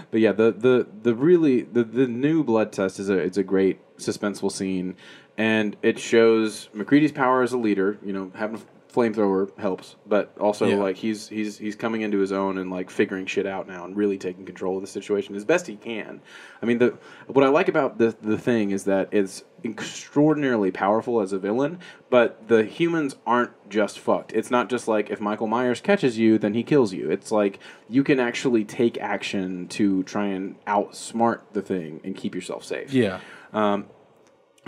But yeah, the the the really the, the new blood test is a it's a great suspenseful scene, and it shows McCready's power as a leader. You know, having a flamethrower helps, but also
Yeah.
like he's he's he's coming into his own and like figuring shit out now and really taking control of the situation as best he can. I mean, the what I like about the the thing is that it's extraordinarily powerful as a villain, but the humans aren't just fucked. It's not just like if Michael Myers catches you, then he kills you. It's like you can actually take action to try and outsmart the thing and keep yourself safe.
yeah,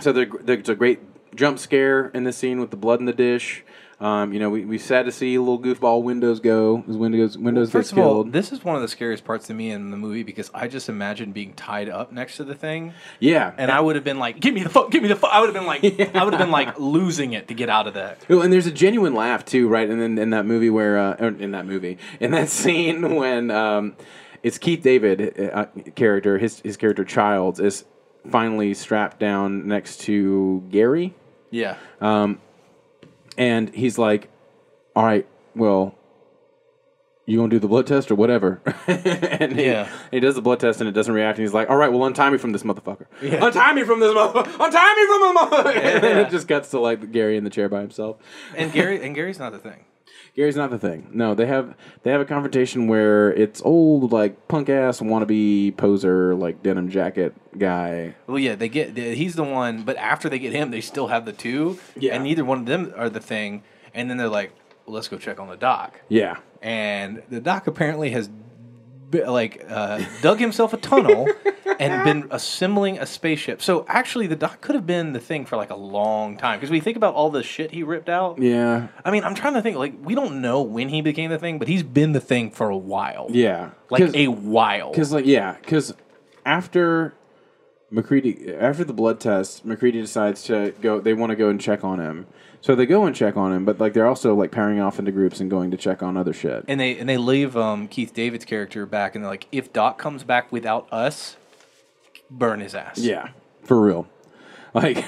So there, there's a great jump scare in this scene with the blood in the dish. Um, you know, we, we sad to see little goofball Windows go. His Windows Windows
First
gets
of all,
killed.
this is one of the scariest parts to me in the movie because I just imagined being tied up next to the thing,
yeah,
and I would have been like, "Give me the fuck, give me the fuck." I would have been like, I would have been like losing it to get out of that.
Well, and there's a genuine laugh too, right? And then in that movie where, uh, or in that movie, in that scene when um, it's Keith David uh, character, his his character Childs is finally strapped down next to Gary, Um,
Yeah,
and he's like, "All right, well." You gonna do the blood test or whatever? and he,
Yeah.
he does the blood test and it doesn't react. And he's like, "All right, well, untie me from this motherfucker. Untie me from this motherfucker. Untie me from this motherfucker." and then it just cuts to like Gary in the chair by himself.
and Gary, and Gary's not the thing.
Gary's not the thing. No, they have they have a confrontation where it's old like punk ass wannabe poser like denim jacket guy.
Well, yeah, they get they- he's the one, but after they get him, they still have the two,
Yeah.
and neither one of them are the thing. And then they're like, well, "Let's go check on the doc."
Yeah,
and the doc apparently has bi- like uh, dug himself a tunnel and been assembling a spaceship. So actually, the doc could have been the thing for like a long time because we think about all the shit he ripped out.
yeah,
I mean, I'm trying to think like we don't know when he became the thing, but he's been the thing for a while.
yeah.
like a while.
because like yeah, because after McCready after the blood test, McCready decides to go. They want to go and check on him, so they go and check on him. But like they're also like pairing off into groups and going to check on other shit.
And they and they leave um, Keith David's character back, and they're like, if Doc comes back without us, burn his ass.
Yeah, for real. Like,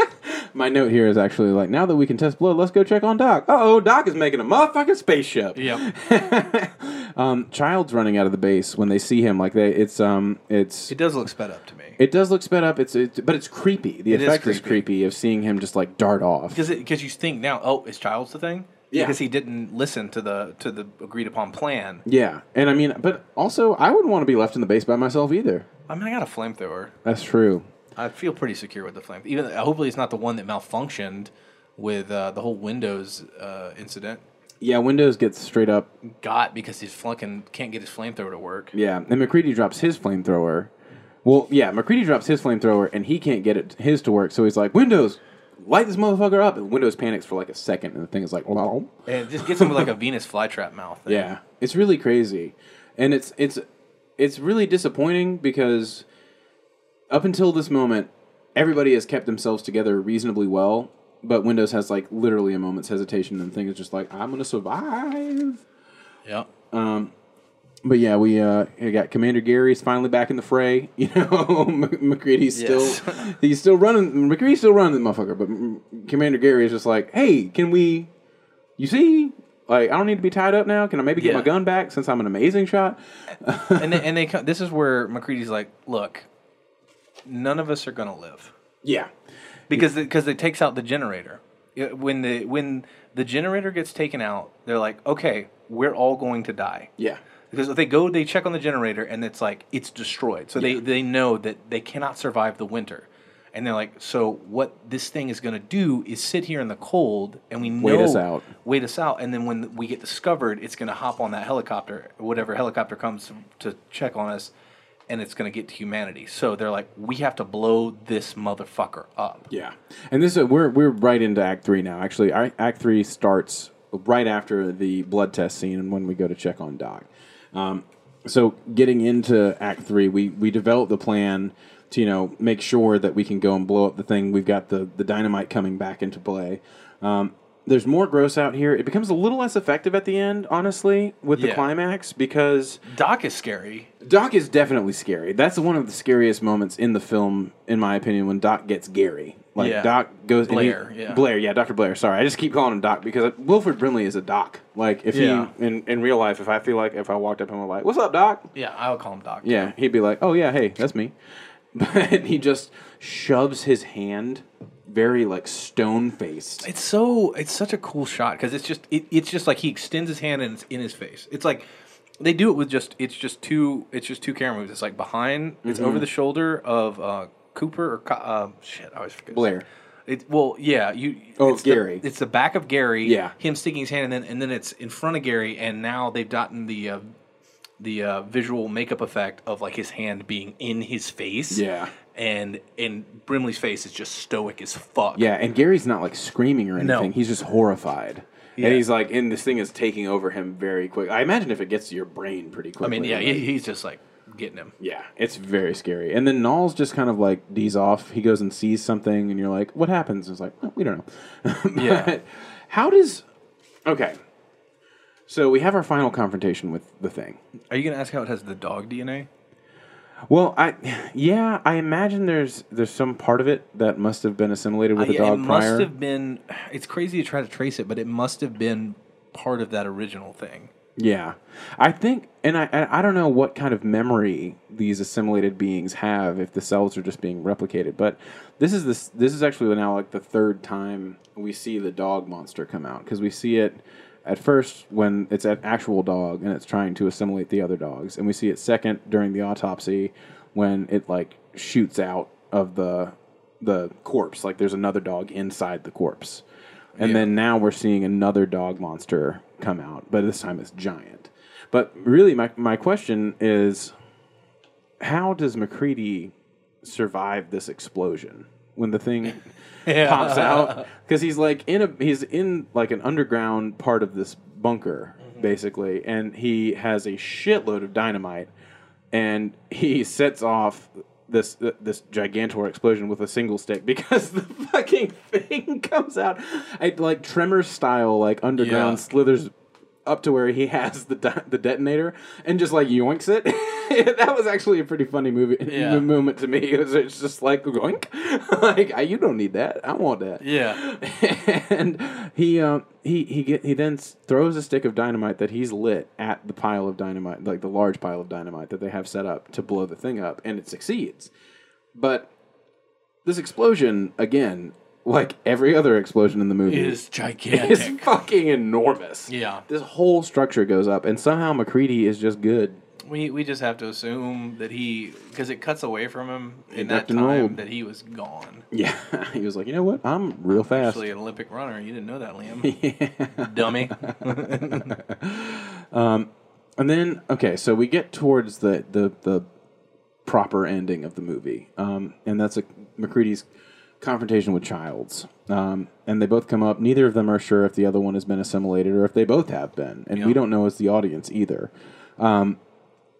my note here is actually like, now that we can test blood, let's go check on Doc. Uh oh, Doc is making a motherfucking spaceship. Um,
Yep.
Child's running out of the base when they see him. Like they, it's um, it's
It does look sped up to me.
it does look sped up. It's it, but it's creepy. The
It is
effect is creepy.
creepy.
of seeing him just like dart off.
because because you think now, oh, is Childs the thing?
Yeah.
Because he didn't listen to the to the agreed upon um, plan.
Yeah, and I mean, but also I wouldn't want to be left in the base by myself either.
I mean, I got a flamethrower.
That's true.
I feel pretty secure with the flame. Even uh, hopefully, it's not the one that malfunctioned with uh, the whole Windows uh, incident.
Yeah, Windows gets straight up.
Got because his fucking can't get his flamethrower to work.
Yeah, and McCready drops his flamethrower. Well, yeah, McCready drops his flamethrower and he can't get it his to work, so he's like, Windows, light this motherfucker up. And Windows panics for like a second, and the thing is like, "Wow."
And it just gets him with like a Venus flytrap mouth. thing.
yeah, it's really crazy, and it's it's it's really disappointing because up until this moment, everybody has kept themselves together reasonably well, but Windows has like literally a moment's hesitation, and the thing is just like, I'm gonna survive.
Yeah.
But yeah, we uh, we got Commander Gary's finally back in the fray. You know, Mc- McCready's still
Yes.
he's still running. McCready's still running the motherfucker, but M- Commander Gary is just like, hey, can we you see, like I don't need to be tied up now. Can I maybe get
Yeah.
my gun back since I'm an amazing shot?
and they, and they co- this is where McCready's like, look, none of us are gonna live
Yeah,
because because it takes out the generator. It- When the when the generator gets taken out, they're like, okay, we're all going to die.
yeah,
Because if they go, they check on the generator, and it's like it's destroyed. So they they know that they cannot survive the winter, and they're like, so what this thing is going to do is sit here in the cold, and we know
Wait us out.
wait us out, and then when we get discovered, it's going to hop on that helicopter, whatever helicopter comes to, to check on us, and it's going to get to humanity. So they're like, we have to blow this motherfucker up.
yeah. And this is we're we're right into Act Three now. Actually, I, Act Three starts right after the blood test scene and when we go to check on Doc. Um, so getting into Act Three, we we develop the plan to you know make sure that we can go and blow up the thing. We've got the the dynamite coming back into play. Um, there's more gross out here. It becomes a little less effective at the end, honestly, with the
Yeah.
climax because
Doc is scary.
Doc is definitely scary. That's one of the scariest moments in the film, in my opinion, when Doc gets Gary. Like
Yeah.
Doc goes and he-
Blair, yeah.
Blair, yeah, Doctor Blair. Sorry, I just keep calling him Doc because Wilfred Brimley is a Doc. Like if
Yeah.
he in, in real life, if I feel like if I walked up and was like, "What's up, Doc?"
Yeah, I would call him Doc.
Yeah, he'd be like, "Oh yeah, hey, that's me," but he just shoves his hand, very like stone faced.
It's so it's such a cool shot because it's just it, it's just like he extends his hand and it's in his face. It's like they do it with just it's just two it's just two camera moves. It's like behind
Mm-hmm.
it's over the shoulder of uh, Cooper or Co- uh, shit I always forget his
Blair.
name. It, well, yeah, you.
Oh,
it's the-
Gary.
it's the back of Gary.
Yeah.
him sticking his hand, and then and then it's in front of Gary, and now they've gotten the uh, the uh, visual makeup effect of like his hand being in his face.
Yeah.
and and Brimley's face is just stoic as fuck.
Yeah, and Gary's not like screaming or
No.
anything. He's just horrified.
Yeah.
And he's like, and this thing is taking over him very quick. I imagine if it gets to your brain pretty
I
quickly.
mean, yeah,
like-
he, he's just like getting him.
yeah, it's very scary. And then Nall's just kind of like D's off. He goes and sees something, and you're like, what happens? And it's like, "Oh, we don't know.
Yeah.
But How does. Okay. So we have our final confrontation with the thing.
Are you gonna ask how it has the dog DNA?
Well, I, yeah, I imagine there's there's some part of it that must have been assimilated with the
Uh, it
dog prior.
must have been. It's crazy to try to trace it, but it must have been part of that original thing.
Yeah, I think, and I and I don't know what kind of memory these assimilated beings have if the cells are just being replicated. But this is this this is actually now like the third time we see the dog monster come out because we see it at first when it's an actual dog and it's trying to assimilate the other dogs, and we see it second during the autopsy when it like shoots out of the the corpse like there's another dog inside the corpse and then now we're seeing another dog monster come out but this time it's giant but really my, my question is how does mccready survive this explosion when the thing pops out because he's like in a he's in like an underground part of this bunker basically and he has a shitload of dynamite and he sets off this uh, this gigantor explosion with a single stick because the fucking thing comes out I, like tremor style like underground
Yeah.
slithers up to where he has the de- the detonator and just like yoinks it that was actually a pretty funny movie
Yeah.
moment to me it was it's just like yoink like I, you don't need that i want that
Yeah,
and he um he he get he then s- throws a stick of dynamite that he's lit at the pile of dynamite, like the large pile of dynamite that they have set up to blow the thing up, and it succeeds. But this explosion again, like every other explosion in the movie,
is
is
gigantic.
fucking enormous.
Yeah.
this whole structure goes up, and somehow McCready is just good.
we we just have to assume that he because it cuts away from him in that
ducked and
time
rolled.
that he was gone.
Yeah, he was like, you know what, I'm real fast.
Actually, an Olympic runner. You didn't know that, Liam. Dummy.
Um, And then okay, so we get towards the the, the proper ending of the movie, um, and that's a McCready's confrontation with Childs, um, and they both come up. Neither of them are sure if the other one has been assimilated or if they both have been, and we
Yeah.
don't know as the audience either. Um,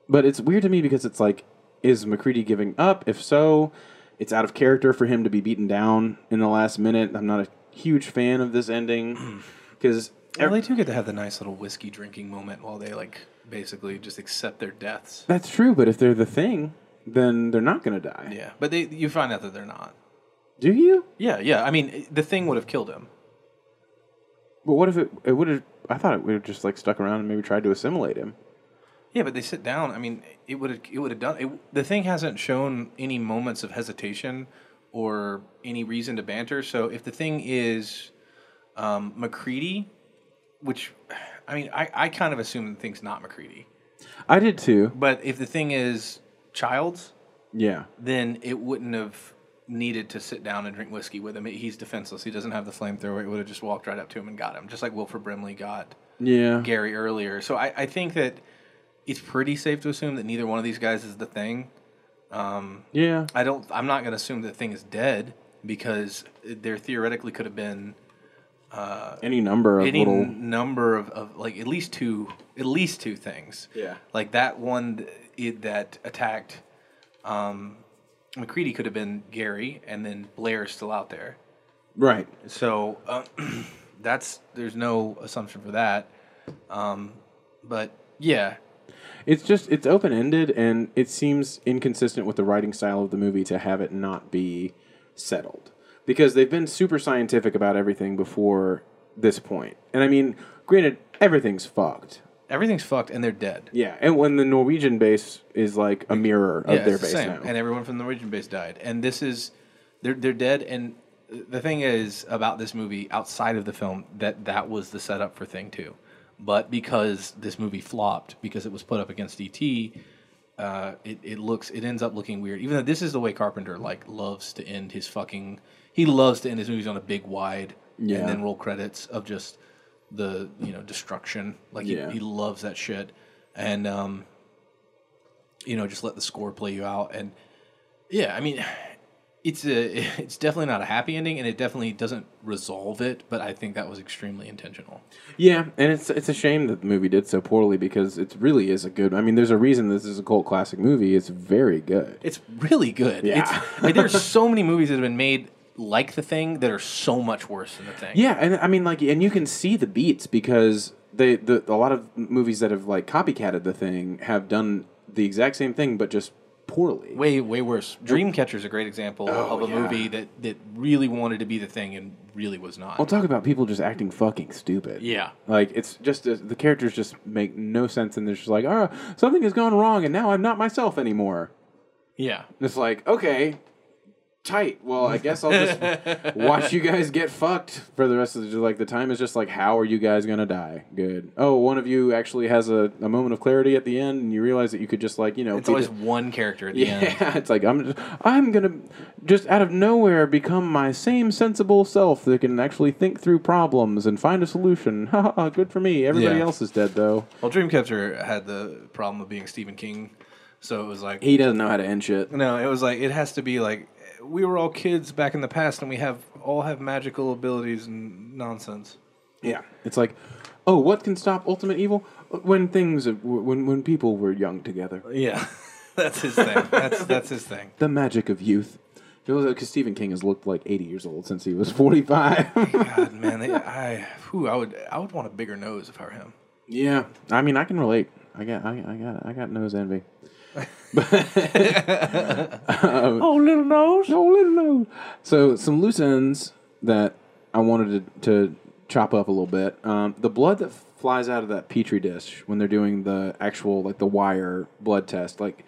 but it's weird to me because it's like, is McCready giving up? If so, it's out of character for him to be beaten down in the last minute. I'm not a huge fan of this ending because.
Well, they do get to have the nice little whiskey drinking moment while they like basically just accept their deaths.
That's true, but if they're the thing, then they're not going to die.
Yeah, but they you find out that they're not.
Do you?
Yeah, yeah. I mean, the thing would have killed him.
But what if it? It would have. I thought it would have just like stuck around and maybe tried to assimilate him.
Yeah, but they sit down. I mean, it would it would have done. It, the thing hasn't shown any moments of hesitation or any reason to banter. So if the thing is um, McCready, which I mean, I, I kind of assume the thing's not McCready.
I did too.
But if the thing is Childs,
Yeah.
then it wouldn't have needed to sit down and drink whiskey with him. He's defenseless. He doesn't have the flamethrower. It would have just walked right up to him and got him, just like Wilford Brimley got
Yeah.
Gary earlier. So I, I think that it's pretty safe to assume that neither one of these guys is the thing. Um,
Yeah.
I don't. I'm not going to assume the thing is dead because there theoretically could have been uh,
Any number of
any
little.
n- number of, of like at least two at least two things
Yeah.
like that one th- it, that attacked um mccready could have been gary and then blair's still out there
Right.
so uh, that's there's no assumption for that um but yeah
It's just it's open ended and it seems inconsistent with the writing style of the movie to have it not be settled because they've been super scientific about everything before this point. And I mean, granted, everything's fucked.
everything's fucked and they're dead
Yeah, and when the Norwegian base is like a mirror of
yeah,
their
it's the
base
same.
now.
And everyone from the Norwegian base died. And this is they're they're dead. And the thing is about this movie outside of the film that that was the setup for Thing Two, but because this movie flopped because it was put up against E ET. Uh, it, it looks it ends up looking weird even though this is the way carpenter like loves to end his fucking he loves to end his movies on a big wide
Yeah.
and then roll credits of just the you know destruction like he-
Yeah.
he, loves that shit and um you know just let the score play you out and yeah i mean it's a it's definitely not a happy ending and it definitely doesn't resolve it but i think that was extremely intentional
Yeah, and it's it's a shame that the movie did so poorly because it really is a good. I mean, there's a reason this is a cult classic movie. It's very good.
it's really good
Yeah.
it's like, there's so many movies that have been made like the thing that are so much worse than the thing
Yeah, and I mean, like, and you can see the beats because they the a lot of movies that have like copycatted the thing have done the exact same thing but just poorly. Oh,
way way worse dreamcatcher is a great example of a
yeah.
movie that that really wanted to be the thing and really was not
I'll talk about people just acting fucking stupid.
Yeah.
like it's just uh, the characters just make no sense, and they're just like, "Oh, something has gone wrong, and now I'm not myself anymore."
yeah
And it's like, okay, tight. Well, I guess I'll just watch you guys get fucked for the rest of the like. The time is just like, how are you guys gonna die? Good. Oh, one of you actually has a, a moment of clarity at the end, and you realize that you could just like, you know,
it's
be
always
the-
one character at the
yeah.
end
It's like I'm just, I'm gonna just out of nowhere become my same sensible self that can actually think through problems and find a solution. Ha ha! Good for me. Everybody
Yeah.
else is dead though.
Well, Dreamcatcher had the problem of being Stephen King, so it was like
He doesn't know how to end shit.
no, it was like it has to be like we were all kids back in the past, and we have all have magical abilities and nonsense.
Yeah, it's like, oh, what can stop ultimate evil? When things, when when people were young together,
Yeah, that's his thing. That's that's his thing.
the magic of youth. Because Stephen King has looked like eighty years old since he was forty-five.
God, man, they, I whew, I would I would want a bigger nose if I were him.
yeah, I mean, I can relate. I got, I, I got, I got nose envy.
Oh, little nose.
No, little nose. So some loose ends that I wanted to, to chop up a little bit. Um, the blood that flies out of that petri dish when they're doing the actual like the wire blood test, like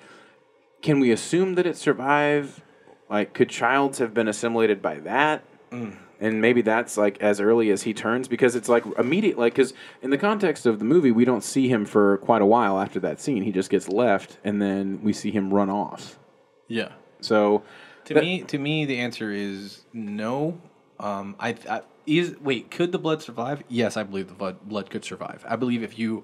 can we assume that it survived? Like, could Childs have been assimilated by that? And maybe that's like as early as he turns because it's like immediate, like because in the context of the movie, we don't see him for quite a while after that scene. He just gets left, and then we see him run off.
Yeah.
So
To me, to me, the answer is no. Um, I, I is wait, could the blood survive? Yes, I believe the blood blood could survive. I believe if you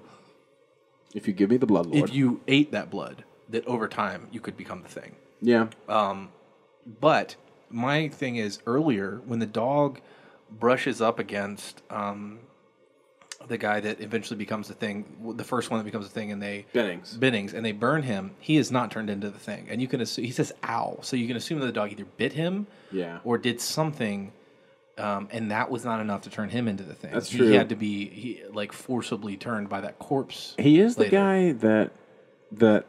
if you give me the blood lord,
if you ate that blood, that over time you could become the thing.
Yeah.
Um, But my thing is earlier when the dog brushes up against um, the guy that eventually becomes the thing, the first one that becomes the thing, and they
Bennings.
Bennings, and they burn him. He is not turned into the thing, and you can assume he says "ow," so you can assume that the dog either bit him,
Yeah.
or did something. Um, and that was not enough to turn him into the thing.
That's
he
true.
had to be he, like forcibly turned by that corpse.
he is the
later.
guy that that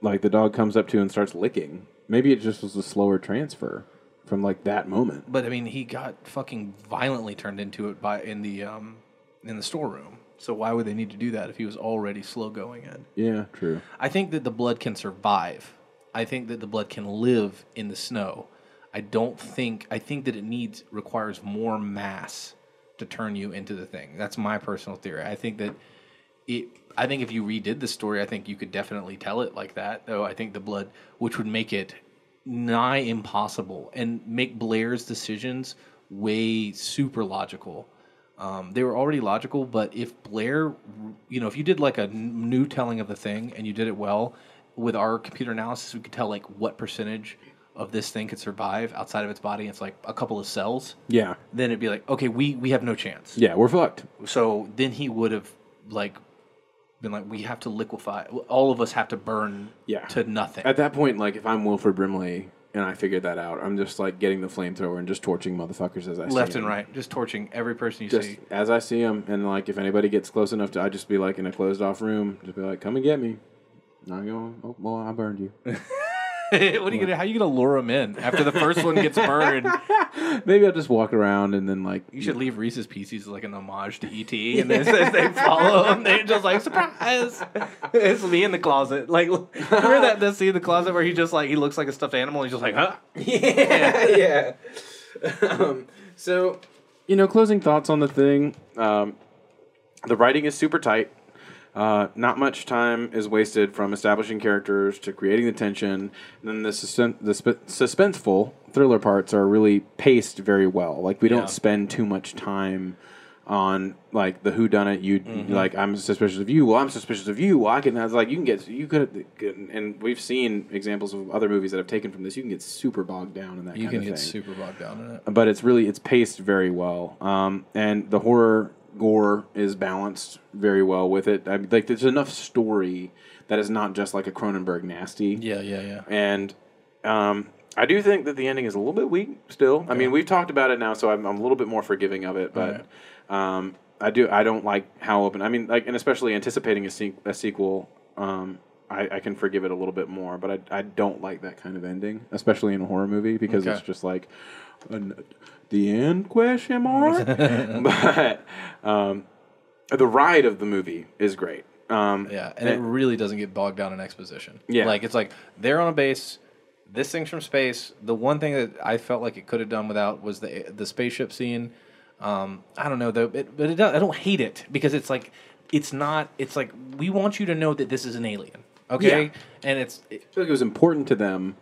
like the dog comes up to and starts licking. Maybe it just was a slower transfer from like that moment.
But I mean, he got fucking violently turned into it by in the um
in the storeroom. So why would they need to do that if he was already slow going it?
Yeah, true.
I think that the blood can survive. I think that the blood can live in the snow. I don't think I think that it needs requires more mass to turn you into the thing. That's my personal theory. I think that it I think if you redid the story, I think you could definitely tell it like that. Though I think the blood which would make it nigh impossible and make Blair's decisions way super logical. Um, they were already logical, but if Blair, you know, if you did like a n- new telling of the thing and you did it well, with our computer analysis, we could tell like what percentage of this thing could survive outside of its body. It's like a couple of cells.
Yeah.
Then it'd be like, okay, we we have no chance.
Yeah, we're fucked.
So then he would have like been like, we have to liquefy. All of us have to burn
Yeah.
to nothing.
At that point, like if I'm Wilfred Brimley and I figured that out, I'm just like getting the flamethrower and just torching motherfuckers as I see
Left
'em.
and right, just torching every person you
Just
see.
as I see them, and like if anybody gets close enough to, I just be like in a closed off room, just be like, "Come and get me." And I go, "Oh well, I burned you."
what are you gonna? How are you gonna lure them in after the first one gets burned?
Maybe I'll just walk around and then like
You should leave Reese's Pieces as, like an homage to ET, and then as they follow him, they're just like surprise. It's me in the closet. Like remember that that scene in the closet where he just like he looks like a stuffed animal, and he's just like, huh?
yeah, yeah. um, so, you know, closing thoughts on the thing. Um, the writing is super tight. Uh, not much time is wasted from establishing characters to creating the tension. And then the, suspen- the sp- suspenseful thriller parts are really paced very well. Like we
Yeah.
don't spend too much time on like the who done it. You
Mm-hmm.
like I'm suspicious of you. Well, I'm suspicious of you. Well, I can. I was like you can get you could. And we've seen examples of other movies that have taken from this. You can get super bogged down in that. kind of thing
bogged down in it.
but it's really it's paced very well um, and the horror gore is balanced very well with it I mean, like there's enough story that is not just like a cronenberg nasty
Yeah, yeah, yeah.
and um, i do think that the ending is a little bit weak still i mean we've talked about it now so i'm, I'm a little bit more forgiving of it but um, i do i don't like how open i mean like and especially anticipating a, se- a sequel um, I, I can forgive it a little bit more but I, I don't like that kind of ending especially in a horror movie because
Okay.
it's just like an, the end question mark but um, the ride of the movie is great um,
Yeah, and it really doesn't get bogged down in exposition.
Yeah.
like it's like they're on a base. This thing's from space. The one thing that I felt like it could have done without was the the spaceship scene. Um, I don't know though, it, but it does, I don't hate it because it's like it's not. It's like we want you to know that this is an alien, okay?
Yeah.
And it's
I feel like it was important to them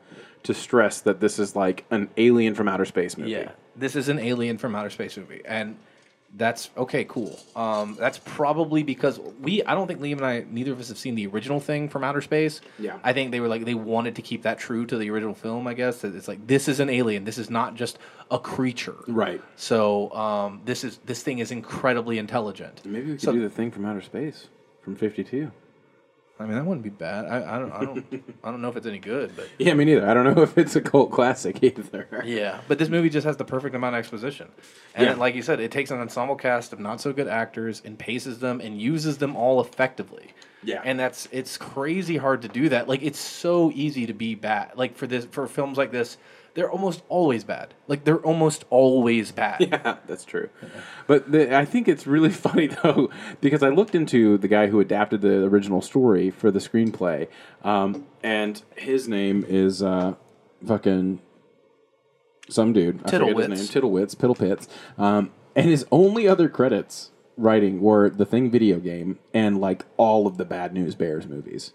to stress that this is like an alien from outer space movie.
Yeah, this is an alien from outer space movie, and that's okay, cool. Um, that's probably because we, I don't think Liam and I, neither of us have seen the original thing from outer space.
Yeah.
I think they were like they wanted to keep that true to the original film. I guess that it's like this is an alien. This is not just a creature.
Right.
So um, this is this thing is incredibly intelligent.
Maybe we could
So-
do the thing from outer space from 52.
I mean, that wouldn't be bad. I, I don't, I don't, I don't know if it's any good, but
Yeah, me neither. I don't know if it's a cult classic either.
Yeah, but this movie just has the perfect amount of exposition, and
Yeah.
it- like you said, it takes an ensemble cast of not so good actors and paces them and uses them all effectively.
Yeah.
and that's it's crazy hard to do that. Like it's so easy to be bad. Like for this for films like this, they're almost always bad. Like they're almost always bad.
Yeah, that's true. But the, I think it's really funny though because I looked into the guy who adapted the original story for the screenplay, um, and his name is uh, fucking some dude. I forget his
Tittlewitz.
name. Tittlewitz, Piddlepits. Um, and his only other credits writing were the Thing video game and like all of the Bad News Bears movies.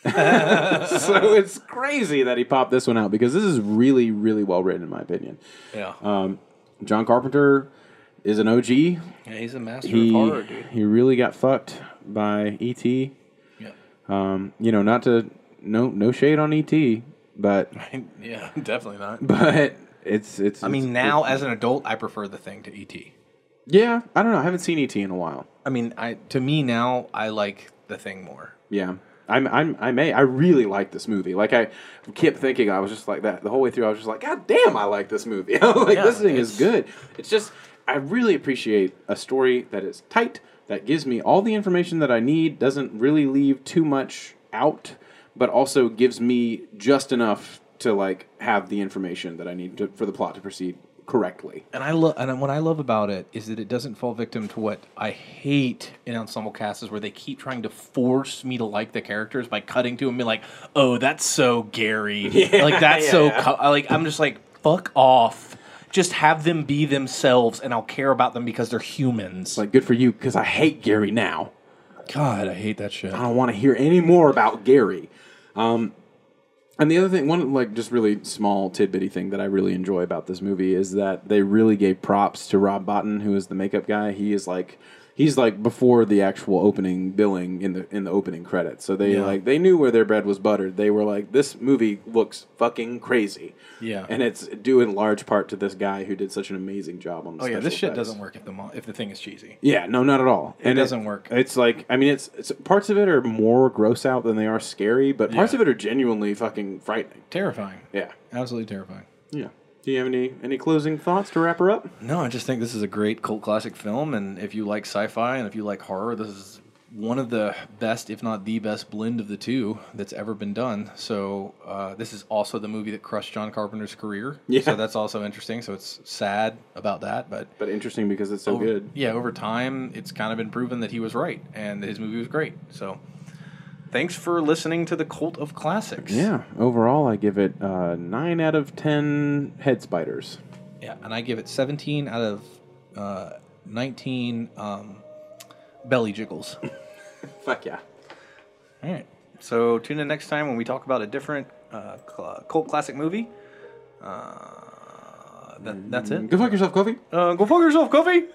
so it's crazy that he popped this one out because this is really, really well written in my opinion. Um,
Yeah,
John Carpenter is an OG. He
Yeah, he's a master
he
of horror, dude.
really got fucked by ET.
Yeah,
Um, you know, not to no no shade on ET, but
yeah, definitely not.
but it's it's.
I mean, now as an adult, I prefer the thing to ET.
yeah, I don't know. I haven't seen ET in a while.
I mean, I to me now, I like the thing more.
Yeah. I'm, I'm, I may. I really like this movie. Like I kept thinking, I was just like that the whole way through. I was just like, God damn, I like this movie. like
Yeah,
this thing
it's-
is good. It's just I really appreciate a story that is tight, that gives me all the information that I need, doesn't really leave too much out, but also gives me just enough to like have the information that I need to, for the plot to proceed
correctly.
and I love and what I love about it is that it doesn't fall victim to what I hate in ensemble casts is where they keep trying to force me to like the characters by cutting to them and be like, "Oh, that's so Gary. like that's so co-. I like I'm just like fuck off. Just have them be themselves and I'll care about them because they're humans."
It's like good for you because I hate Gary now.
god, I hate that shit.
I don't want to hear any more about Gary. Um, and the other thing, one like just really small tidbitty thing that I really enjoy about this movie is that they really gave props to Rob Botton, who is the makeup guy. He is like he's like before the actual opening billing in the in the opening credits. So they like they knew where their bread was buttered. They were like, this movie looks fucking crazy.
Yeah.
and it's due in large part to this guy who did such an amazing job on. The
Oh yeah, this
special
shit
effects.
doesn't work if the mo- if the thing is cheesy.
Yeah, no, not at all. It
doesn't work.
It's like I mean, it's, it's parts of it are more gross out than they are scary, but parts
Yeah.
of it are genuinely fucking frightening.
Terrifying.
Yeah,
Absolutely terrifying.
yeah. Do you have any any closing thoughts to wrap her up?
No, I just think this is a great cult classic film, and if you like sci-fi and if you like horror, this is one of the best, if not the best, blend of the two that's ever been done. So uh, this is also the movie that crushed John Carpenter's career.
Yeah.
So that's also interesting. So it's sad about that, but
But interesting because it's so
over-
good.
Yeah, over time, it's kind of been proven that he was right and that his movie was great. So thanks for listening to the Cult of Classics.
Yeah. Overall, I give it uh, nine out of ten head spiders.
Yeah, and I give it 17 out of uh, 19 um, belly jiggles.
Fuck yeah.
All right. So tune in next time when we talk about a different uh, cl- cult classic movie. Uh, that, that's it.
Go fuck yourself, Kofi.
Uh, go fuck yourself, Kofi.